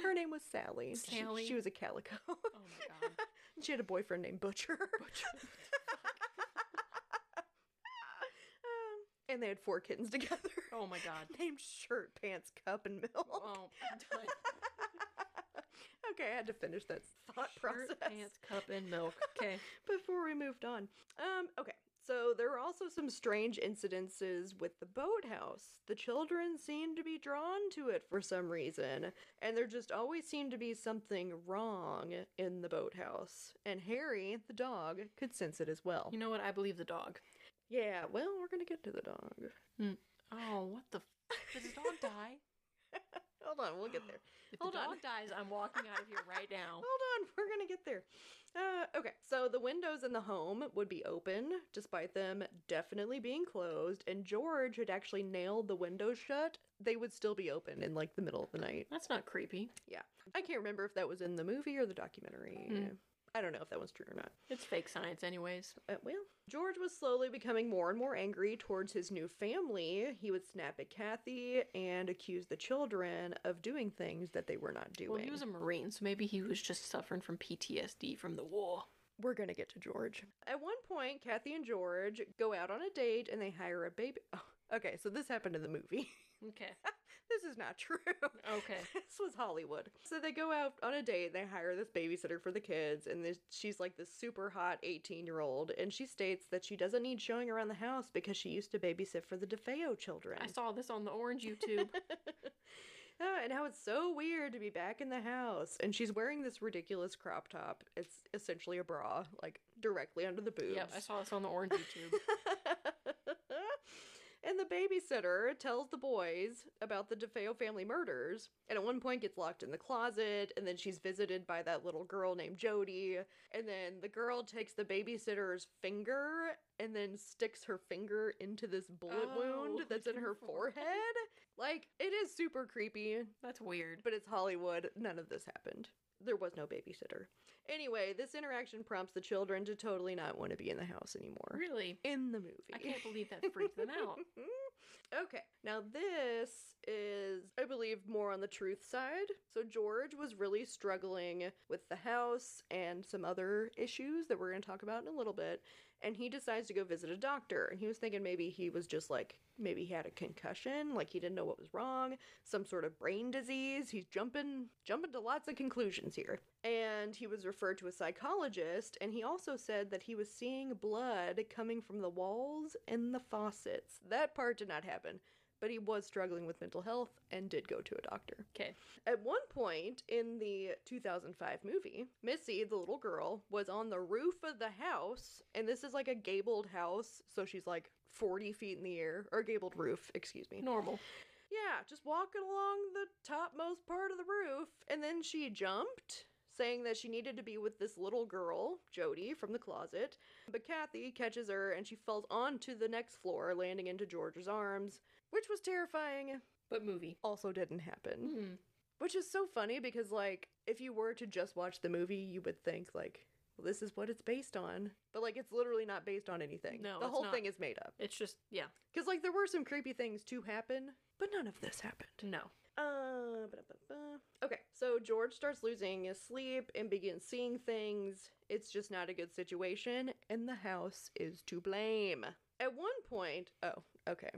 Her name was Sally. She- Sally. She, was a calico. [laughs] oh my god. she had a boyfriend named Butcher. [laughs] um, and they had four kittens together Oh my god. [laughs] named Shirt, Pants, Cup, and Milk. [laughs] Oh, I'm done. okay, I had to finish that thought Shirt, process pants, cup, and milk. Okay. [laughs] before we moved on. Um, okay. So there were also some strange incidences with the boathouse. The children seemed to be drawn to it for some reason, and there just always seemed to be something wrong in the boathouse. And Harry, the dog, could sense it as well. You know what? I believe the dog. Yeah, well, we're gonna get to the dog. Oh, what the? F- Does the dog die? Hold on, we'll get there. If Hold the dog on. dies, I'm walking out of here right now. Hold on, [laughs] we're gonna get there. Uh, okay, so the windows in the home would be open, despite them definitely being closed, and George had actually nailed the windows shut. They would still be open in like the middle of the night. That's not creepy. I can't remember if that was in the movie or the documentary. Hmm. I don't know if that was true or not. It's fake science, anyways. Uh, well, George was slowly becoming more and more angry towards his new family. He would snap at Kathy and accuse the children of doing things that they were not doing. Well, he was a Marine, so maybe he was just suffering from PTSD from the war. We're gonna get to George. At one point, Kathy and George go out on a date and they hire a baby. [laughs] Oh, okay, so this happened in the movie. [laughs] Okay. this is not true. [laughs] [laughs] Okay. this was Hollywood. So they go out on a date. They hire this babysitter for the kids, and this, she's like this super hot eighteen-year-old, and she states that she doesn't need showing around the house because she used to babysit for the DeFeo children. [laughs] I saw this on the Orange YouTube. Ah, and how it's so weird to be back in the house. And she's wearing this ridiculous crop top. It's essentially a bra, like directly under the boobs. yep, I saw this on the Orange YouTube. [laughs] And the babysitter tells the boys about the DeFeo family murders, and at one point gets locked in the closet, and then she's visited by that little girl named Jody, and then the girl takes the babysitter's finger and then sticks her finger into this bullet wound Oh, that's in her forehead. Like, it is super creepy, That's weird. but it's Hollywood. None of this happened. There was no babysitter. Anyway, this interaction prompts the children to totally not want to be in the house anymore. really? In the movie. [laughs] I [laughs] can't believe that freaked them out. okay, now this is, I believe, more on the truth side. So George was really struggling with the house and some other issues that we're going to talk about in a little bit. And he decides to go visit a doctor. And he was thinking maybe he was just like, maybe he had a concussion, like he didn't know what was wrong, some sort of brain disease. He's jumping, jumping to lots of conclusions here. And he was referred to a psychologist. And he also said that he was seeing blood coming from the walls and the faucets. That part did not happen. But he was struggling with mental health and did go to a doctor. Okay. At one point in the 2005 movie, Missy, the little girl, was on the roof of the house, and this is like a gabled house, so she's like 40 feet in the air, or gabled roof, excuse me. Normal. Yeah, just walking along the topmost part of the roof, and then she jumped, saying that she needed to be with this little girl, Jody, from the closet. But Kathy catches her, and she falls onto the next floor, landing into George's arms, which was terrifying. But movie. Also, didn't happen. Hmm. Which is so funny because, like, if you were to just watch the movie, you would think, like, well, this is what it's based on. But, like, it's literally not based on anything. No, the it's whole not. thing is made up. It's just, yeah. Because, like, there were some creepy things to happen, but none of this happened. No. Uh, ba-da-ba-ba. okay, so George starts losing his sleep and begins seeing things. It's just not a good situation, and the house is to blame. At one point, oh, okay,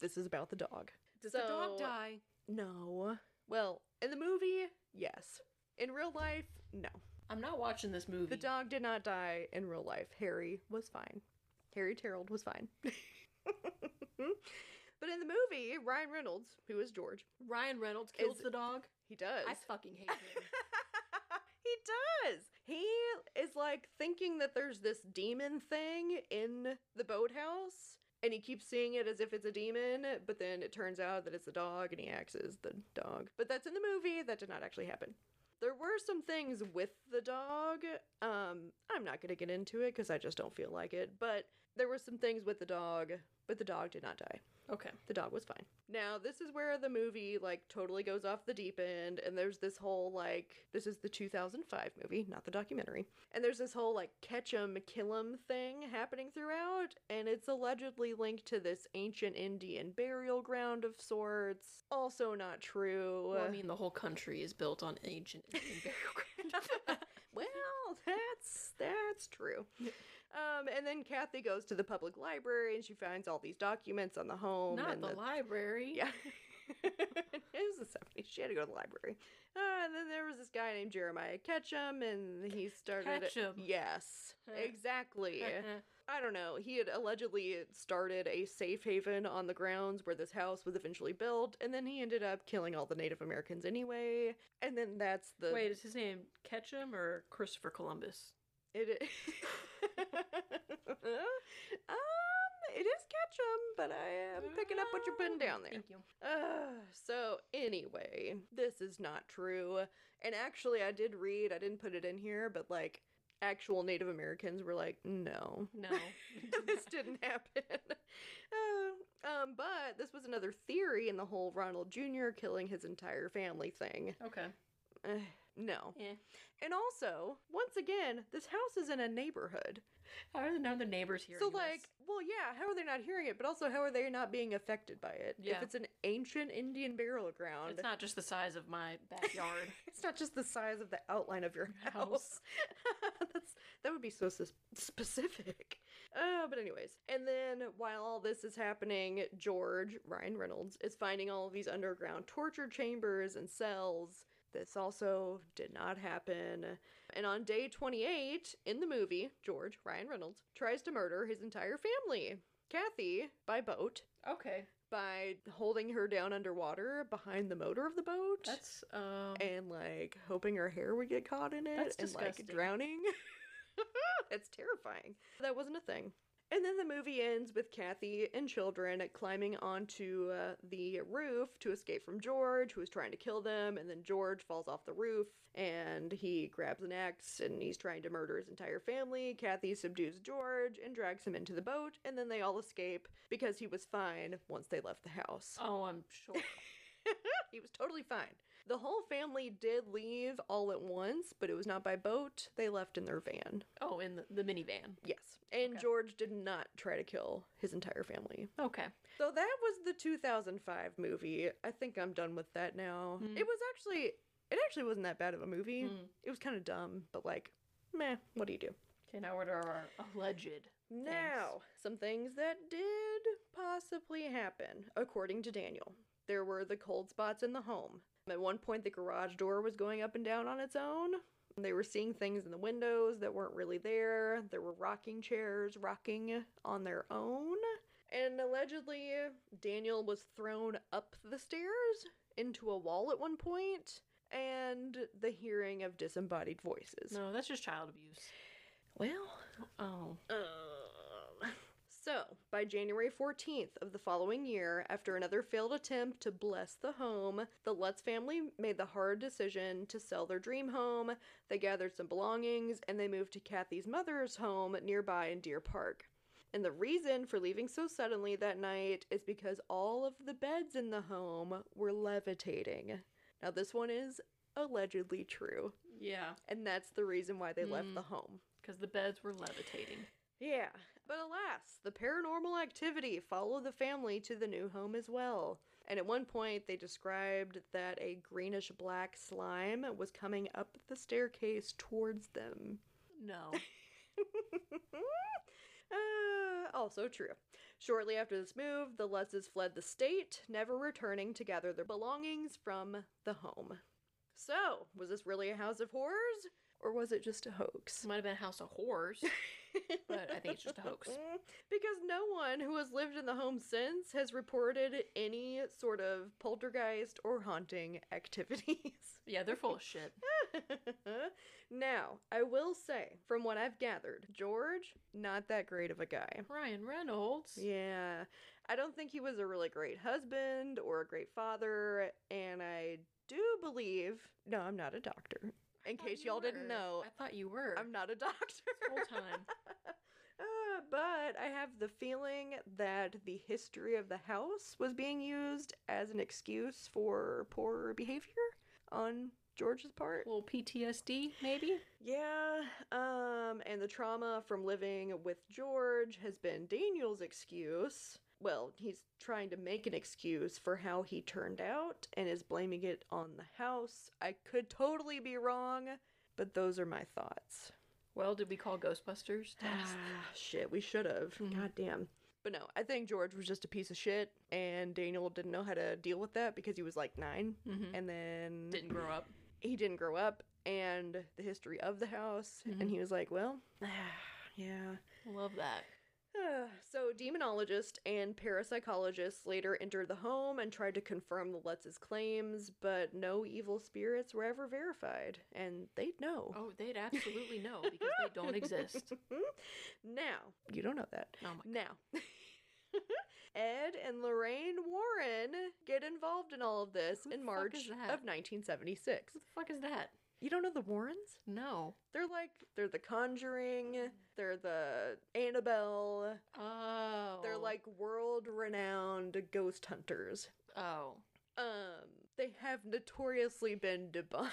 this is about the dog. Does the dog So- die? No. Well, in the movie, yes. In real life, no. I'm not watching this movie. The dog did not die in real life. Harry was fine. Harry Terrell was fine. [laughs] but in the movie, Ryan Reynolds, who is George, Ryan Reynolds kills Is- the dog. he does. I fucking hate him. [laughs] he does. He is like thinking that there's this demon thing in the boathouse, and he keeps seeing it as if it's a demon, but then it turns out that it's a dog, and he acts as the dog. But that's in the movie. That did not actually happen. There were some things with the dog. Um, I'm not going to get into it because I just don't feel like it. But there were some things with the dog, but the dog did not die [laughs] okay. the dog was fine. Now, this is where the movie like totally goes off the deep end and there's this whole like this is the 2005 movie, not the documentary. And there's this whole like catch 'em kill 'em thing happening throughout and it's allegedly linked to this ancient Indian burial ground of sorts. Also not true. Well, [laughs] I mean, the whole country is built on ancient Indian burial ground. [laughs] Well, that's that's [laughs] true. Yeah. Um, and then Kathy goes to the public library and she finds all these documents on the home Not and the library. Yeah. it was the 70s. She had to go to the library. Uh, and then there was this guy named Jeremiah Ketchum, and he started. Ketchum. Yes, exactly. [laughs] Uh-uh. I don't know. He had allegedly started a safe haven on the grounds where this house was eventually built, and then he ended up killing all the Native Americans anyway. And then that's the. Wait, is his name Ketchum or Christopher Columbus? It is. [laughs] um, it is Ketchum, but I am picking up what you're putting down there. Thank you. Uh, so anyway, this is not true. And actually, I did read, I didn't put it in here, but like actual Native Americans were like, no, [laughs] No. this didn't happen. [laughs] Uh, um, but this was another theory in the whole Ronald Jr. killing his entire family thing. okay. Uh, no. Yeah. And also, once again, this house is in a neighborhood. How are the, now the neighbors here? So, like, well, yeah, how are they not hearing it? But also, how are they not being affected by it? Yeah. If it's an ancient Indian burial ground, it's not just the size of my [laughs] backyard It's not just the size of the outline of your house. house. [laughs] That's that would be so sus- specific. Uh, but anyways, and then while all this is happening, George Ryan Reynolds is finding all of these underground torture chambers and cells. This also did not happen. And on day 28 in the movie, George Ryan Reynolds tries to murder his entire family. Kathy by boat Okay. by holding her down underwater behind the motor of the boat That's um. and like hoping her hair would get caught in it and That's [laughs] [laughs] disgusting. like drowning. That's terrifying. That wasn't a thing. And then the movie ends with Kathy and children climbing onto uh, the roof to escape from George, who is trying to kill them. And then George falls off the roof and he grabs an axe and he's trying to murder his entire family. Kathy subdues George and drags him into the boat. And then they all escape because he was fine once they left the house. Oh, I'm sure. he was totally fine. The whole family did leave all at once, but it was not by boat. They left in their van. Oh, in the, the minivan. Yes. And Okay. George did not try to kill his entire family. Okay. So that was the 2005 movie. I think I'm done with that now. Mm. It was actually it actually wasn't that bad of a movie. Mm. It was kind of dumb, but like, meh, what do you do? Okay, now we're to our alleged. Now, some things that did possibly happen, according to Daniel. There were the cold spots in the home. At one point, the garage door was going up and down on its own. They were seeing things in the windows that weren't really there. There were rocking chairs rocking on their own. And allegedly, Daniel was thrown up the stairs into a wall at one point, and the hearing of disembodied voices. No, that's just child abuse. Well, Oh. um, so, by January 14th of the following year, after another failed attempt to bless the home, the Lutz family made the hard decision to sell their dream home. They gathered some belongings and they moved to Kathy's mother's home nearby in Deer Park. And the reason for leaving so suddenly that night is because all of the beds in the home were levitating. Now, this one is allegedly true, Yeah, and that's the reason why they left Mm. the home. because the beds were levitating. Yeah, but alas, the paranormal activity followed the family to the new home as well. And at one point, they described that a greenish black slime was coming up the staircase towards them. [laughs] No. Uh, also true. Shortly after this move, the Lutzes fled the state, never returning to gather their belongings from the home. So, was this really a house of horrors? Or was it just a hoax? This might have been a house of horrors, but I [laughs] think it's just a hoax. Mm, Because no one who has lived in the home since has reported any sort of poltergeist or haunting activities. [laughs] Yeah, they're full of shit. now, I will say, from what I've gathered, George, not that great of a guy. Ryan Reynolds. Yeah. I don't think he was a really great husband or a great father, and I do believe. No, I'm not a doctor. In thought case Oh, you y'all didn't were. know, I thought you were. I'm not a [laughs] doctor. this whole [laughs] time. Uh, but I have the feeling that the history of the house was being used as an excuse for poor behavior on George's part. A little PTSD, maybe? Yeah, um, and the trauma from living with George has been Daniel's excuse. Well, he's trying to make an excuse for how he turned out and is blaming it on the house. I could totally be wrong, but those are my thouts. Well, did we call [sighs] Ghostbusters? to ask? Ah, shit, we should have. Mhm. God damn. But no, I think George was just a piece of shit, and Daniel didn't know how to deal with that because he was like 9 Mhm. and then Didn't grow up. he didn't grow up, and the history of the house, Mhm. and he was like, well, [sighs] yeah. [sighs] Love that. so, demonologist and parapsychologists later entered the home and tried to confirm the Lutz's claims, but no evil spirits were ever verified, and they'd know. Oh, they'd absolutely know because they [laughs] don't exist. now, you don't know that. Oh my. Now, [laughs] Ed and Lorraine Warren get involved in all of this Who the in fuck March is that? of 1976. Who the fuck is that? You don't know the Warrens? No. They're like, they're the Conjuring, they're the Annabelle, Oh. they're like world renowned ghost hunters. Oh. Um, they have notoriously been debunked.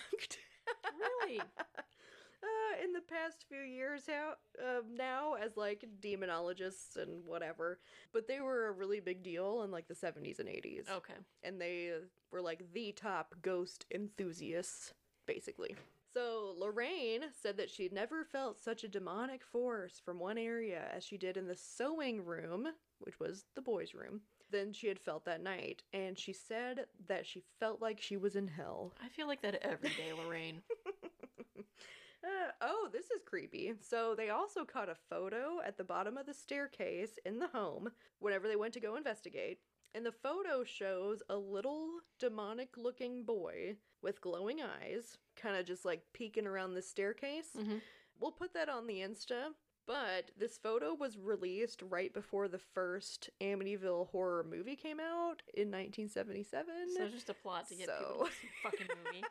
[laughs] Really? [laughs] uh, in the past few years how, uh, now as like demonologists and whatever but they were a really big deal in like the 70s and 80s Okay. and they were like the top ghost enthusiasts basically so lorraine said that she'd never felt such a demonic force from one area as she did in the sewing room which was the boys room than she had felt that night and she said that she felt like she was in hell I feel like that every day, [laughs] Lorraine. Uh, oh, this is creepy. So they also caught a photo at the bottom of the staircase in the home whenever they went to go investigate. And the photo shows a little demonic looking boy with glowing eyes, kind of just like peeking around the staircase. Mhm. We'll put that on the Insta, But this photo was released right before the first Amityville horror movie came out in 1977. So it's just a plot to get people So- to see the fucking [laughs] movie.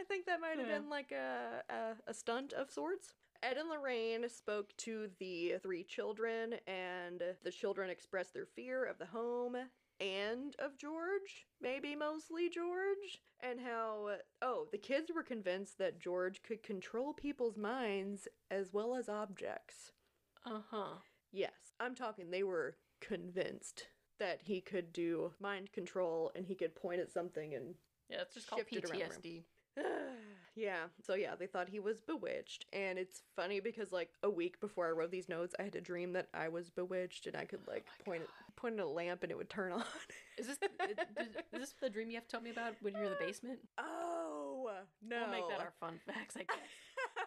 I think that might have Yeah. been like a, a a stunt of sorts. Ed and Lorraine spoke to the three children, and the children expressed their fear of the home and of George, maybe mostly George, and how oh the kids were convinced that George could control people's minds as well as objects. Uh huh. Yes, I'm talking. They were convinced that he could do mind control and he could point at something and Yeah, it's just called Shifted around the room. PTSD. [sighs] yeah. So yeah, they thought he was bewitched, and it's funny because like a week before I wrote these notes, I had a dream that I was bewitched, and I could like my point at, point at a lamp and it would turn [laughs] on. Is this is, is this the dream you have to tell me about when you're in the basement? oh Uh, no! We'll make that our fun facts. I guess.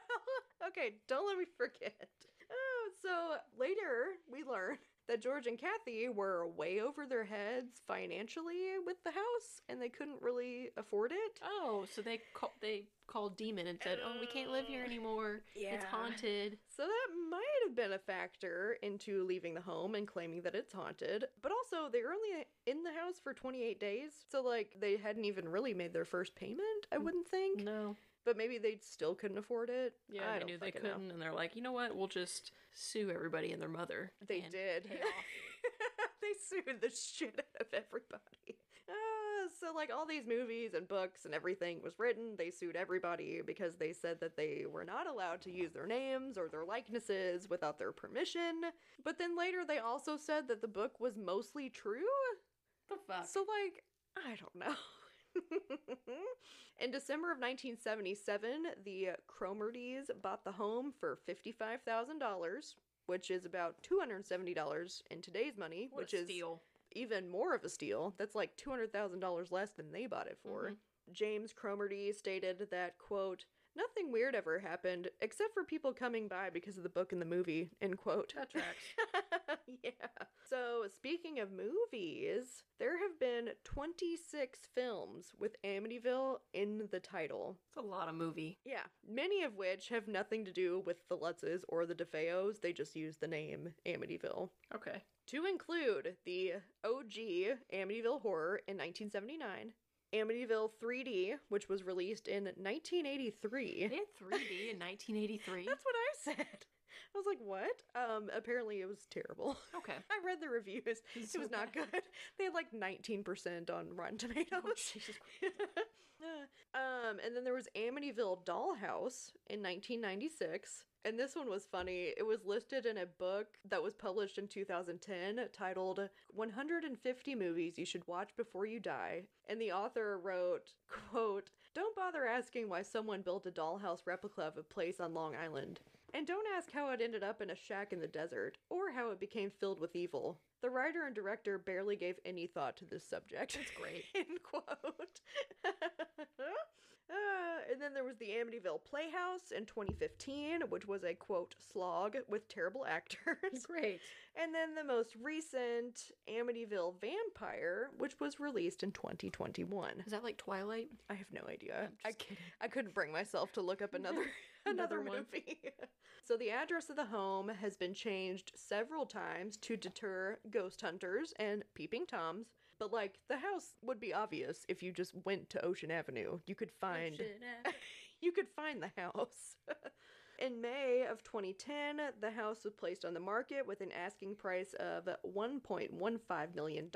[laughs] okay, don't let me forget. Oh, so later we learn that George and Kathy were way over their heads financially with the house, and they couldn't really afford it. Oh, so they call, they called Demon and said, "Oh, we can't live here anymore. It's haunted." So that might have been a factor into leaving the home and claiming that it's haunted. But also, they were only in the house for 28 days. So, like, they hadn't even really made their first payment, I wouldn't think. No, But maybe they still couldn't afford it. yeah, I they don't knew they fucking know. couldn't, and they're like, "You know what? We'll just sue everybody and their mother." They and did. pay off." [laughs] they sued the shit out of everybody. Ah, so, like, all these movies and books and everything was written. They sued everybody because they said that they were not allowed to use their names or their likenesses without their permission. But then later, they also said that the book was mostly true. [laughs] the fuck? So, like, I don't know. [laughs] In December of 1977, the Cromarties bought the home for $55,000, which is about $270 in today's money, What which a is steal. even more of a steal. That's like $200,000 less than they bought it for. Mhm. James Cromarty stated that, quote, Nothing weird ever happened, except for people coming by because of the book and the movie, end quote. That tracks. [laughs] yeah. So, speaking of movies, there have been 26 films with Amityville in the title. It's a lot of movie. Yeah. Many of which have nothing to do with the Lutzes or the DeFeos, they just use the name Amityville. Okay. To include the OG Amityville Horror in 1979, Amityville 3D, which was released in 1983. They had 3D in 1983. That's what I said. I was like, what? Um, apparently it was terrible. [laughs] Okay. I read the reviews. It's it was so not [laughs] bad. good. They had like 19% on Rotten Tomatoes. Oh, [laughs] Jesus um, and then there was Amityville Dollhouse in 1996. And this one was funny. It was listed in a book that was published in 2010 titled 150 Movies You Should Watch Before You Die. And the author wrote, quote, Don't bother asking why someone built a dollhouse replica of a place on Long Island. And don't ask how it ended up in a shack in the desert, or how it became filled with evil. The writer and director barely gave any thought to this subject. That's great. [laughs] End quote. [laughs] Uh, and then there was the Amityville Playhouse in 2015, which was a quote slog with terrible [laughs] actors. Great. And then the most recent Amityville Vampire, which was released in 2021. Is that like Twilight? I have no idea. I'm I just kidding. I couldn't bring myself to look up [laughs] another [laughs] another, Another one. movie. [laughs] so the address of the home has been changed several times to deter ghost hunters and peeping toms. But like the house would be obvious if you just went to Ocean Avenue. You could find you could find the house. [laughs] In May of 2010, the house was placed on the market with an asking price of $1.15 million.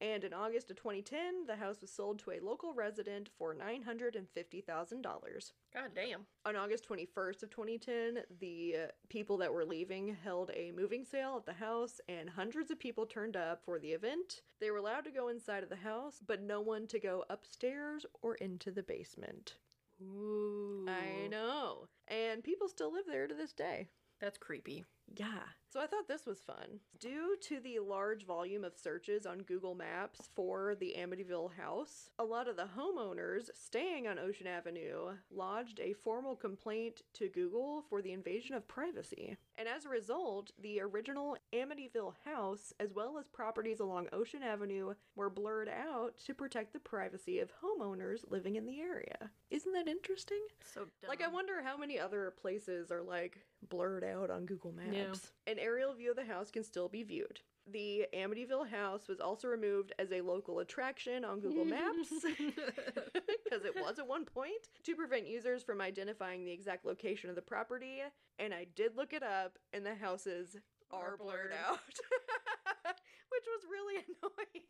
And in August of 2010, the house was sold to a local resident for $950,000. God damn. On August 21st of 2010, the uh, people that were leaving held a moving sale at the house and hundreds of people turned up for the event. They were allowed to go inside of the house, but no one to go upstairs or into the basement. Ooh. I know. And people still live there to this day. That's creepy. Yeah. So I thought this was fun. Due to the large volume of searches on Google Maps for the Amityville house, a lot of the homeowners staying on Ocean Avenue lodged a formal complaint to Google for the invasion of privacy. And as a result, the original Amityville house, as well as properties along Ocean Avenue, were blurred out to protect the privacy of homeowners living in the area. Isn't that interesting? So dumb. Like, I wonder how many other places are like blurred out on Google Maps. An aerial view of the house can still be viewed. The Amityville house was also removed as a local attraction on [laughs] Google Maps [laughs] because it was at one point to prevent users from identifying the exact location of the property. And I did look it up, and the houses are Are blurred, blurred. out, [laughs] which was really [laughs] annoying.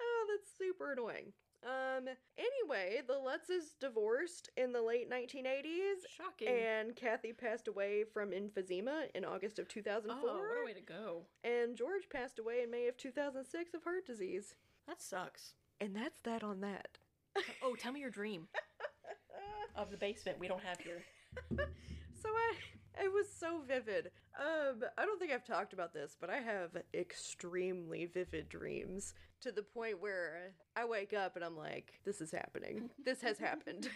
Oh, that's super annoying. Um. Anyway, the Lutzes divorced in the late 1980s, Shocking. and Kathy passed away from emphysema in August of 2004. oh, what a way to go. and George passed away in May of 2006 of heart disease. That sucks. And that's that on that. Oh, tell me [laughs] your dream of the basement we don't have here. So I it was so vivid. Um I don't think I've talked about this, but I have extremely vivid dreams to the point where I wake up and I'm like this is happening. This has happened.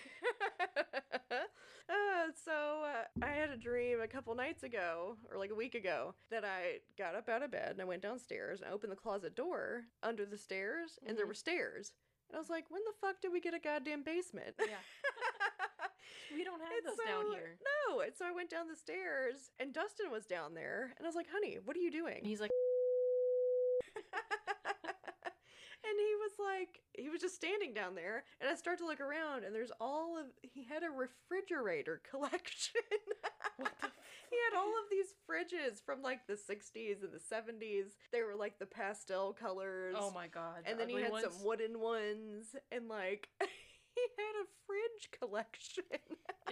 [laughs] uh, so uh, I had a dream a couple nights ago or like a week ago that I got up out of bed and I went downstairs and I opened the closet door under the stairs and there Mhm. were stairs. And I was like, when the fuck did we get a goddamn basement? [laughs] Yeah. [laughs] We don't have It's those down so- here. No. And so I went down the stairs and Dustin was down there and I was like, honey, what are you doing? And he's like, [laughs] and he was like, he was just standing down there. And I start to look around and there's all of, he had a refrigerator [laughs] collection. what the? [laughs] he had all of these fridges from like the 60s and the 70s. They were like the pastel colors. Oh my god. the and then he ugly had ones? some wooden ones and like, [laughs] he had a fridge collection.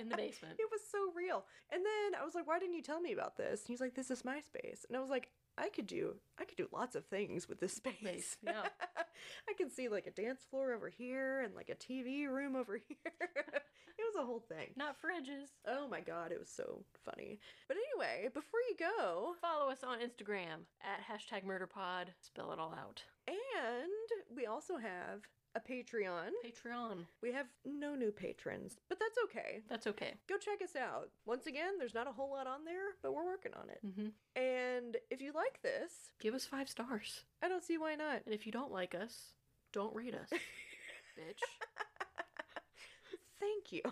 in [laughs] the basement. It was so real. And then I was like, why didn't you tell me about this? And he's like, this is MySpace. And I was like, I could do I could do lots of things with this space. [laughs] Space, yeah. I can see like a dance floor over here and like a TV room over [laughs] here. it was a whole thing. Not fridges. Oh my god, it was so funny. But anyway, before you go, Follow us on Instagram at hashtag murderpod. Spell it all out. and we also have a Patreon. Patreon. We have no new patrons, but that's okay. That's okay. Go check us out. Once again, there's not a whole lot on there, but we're working on it. hmm And if you like this, Give us five stars. I don't see why not. And if you don't like us, don't rate [laughs] us, bitch. Thank [laughs] you.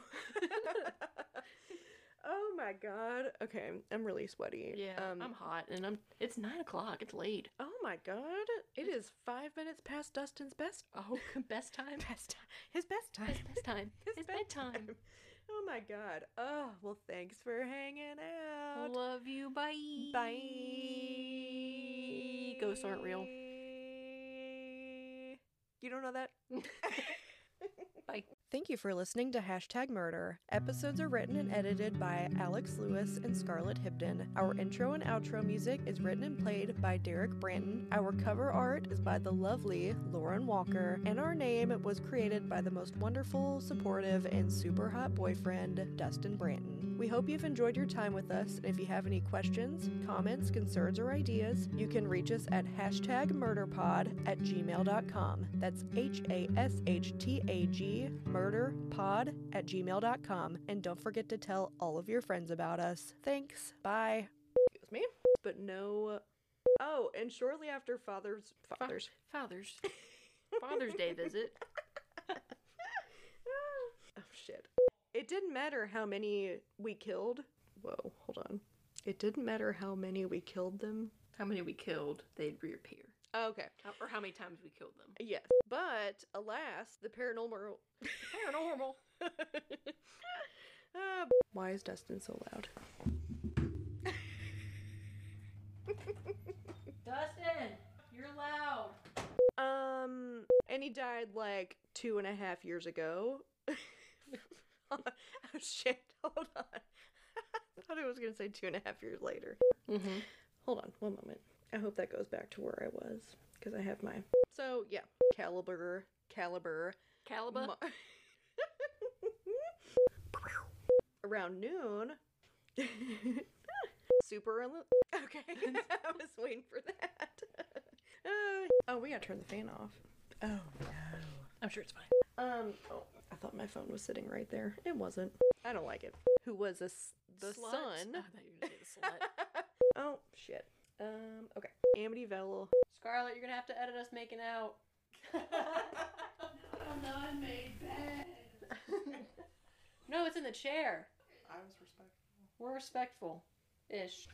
oh my god. Okay, I'm really sweaty. Yeah, Um, I'm hot, and I'm. It's nine o'clock. It's late. oh my god. It is five minutes past Dustin's best Oh, [laughs] best time. best time. His best time. It's [laughs] best time. [laughs] His It's, bedtime. time. Oh my god. Oh well. Thanks for hanging out. Love you. Bye. Bye. Ghosts aren't real. You don't [laughs] know that. [laughs] Bye. Thank you for listening to Hashtag Murder. Episodes are written and edited by Alex Lewis and Scarlett Hibden. Our intro and outro music is written and played by Derek Branton. Our cover art is by the lovely Lauren Walker. And our name was created by the most wonderful, supportive, and super hot boyfriend, Dustin Branton. We hope you've enjoyed your time with us. And if you have any questions, comments, concerns, or ideas, you can reach us at hashtag murderpod at gmail.com. That's H A S H T A G murderpod at gmail.com. And don't forget to tell all of your friends about us. Thanks. Bye. Excuse me. But no. Oh, and shortly after Father's. Father's. [laughs] Father's Father's Day visit. [laughs] oh shit. It didn't matter how many we killed. Whoa, hold on. It didn't matter how many we killed them. How many we killed? They'd reappear. Okay. How, or how many times we killed them? Yes. But alas, the paranormal. [laughs] Paranormal. Ah, why is Dustin so loud? Dustin, you're loud. Um, and he died like two and a half years ago. [laughs] oh shit! Hold on. [laughs] I thought I was gonna say two and a half years later. Mm-hmm. Hold on, one moment. I hope that goes back to where I was because I have my. So yeah, caliber, caliber. [laughs] Caliba. Mar- Around noon, [laughs] super Okay. [laughs] I was waiting for that. Uh, [laughs] oh, we gotta turn the fan off. Oh no. I'm sure it's fine. Um. Oh, I thought my phone was sitting right there. It wasn't. I don't like it. Who was a s- the Slut. Oh, son? I thought you were gonna say [laughs] the slut. oh shit. Um. Okay. Amityville. Scarlett, you're gonna have to edit us making [laughs] out. I made bad. [laughs] no, it's in the chair. I was respectful. We're respectful, ish.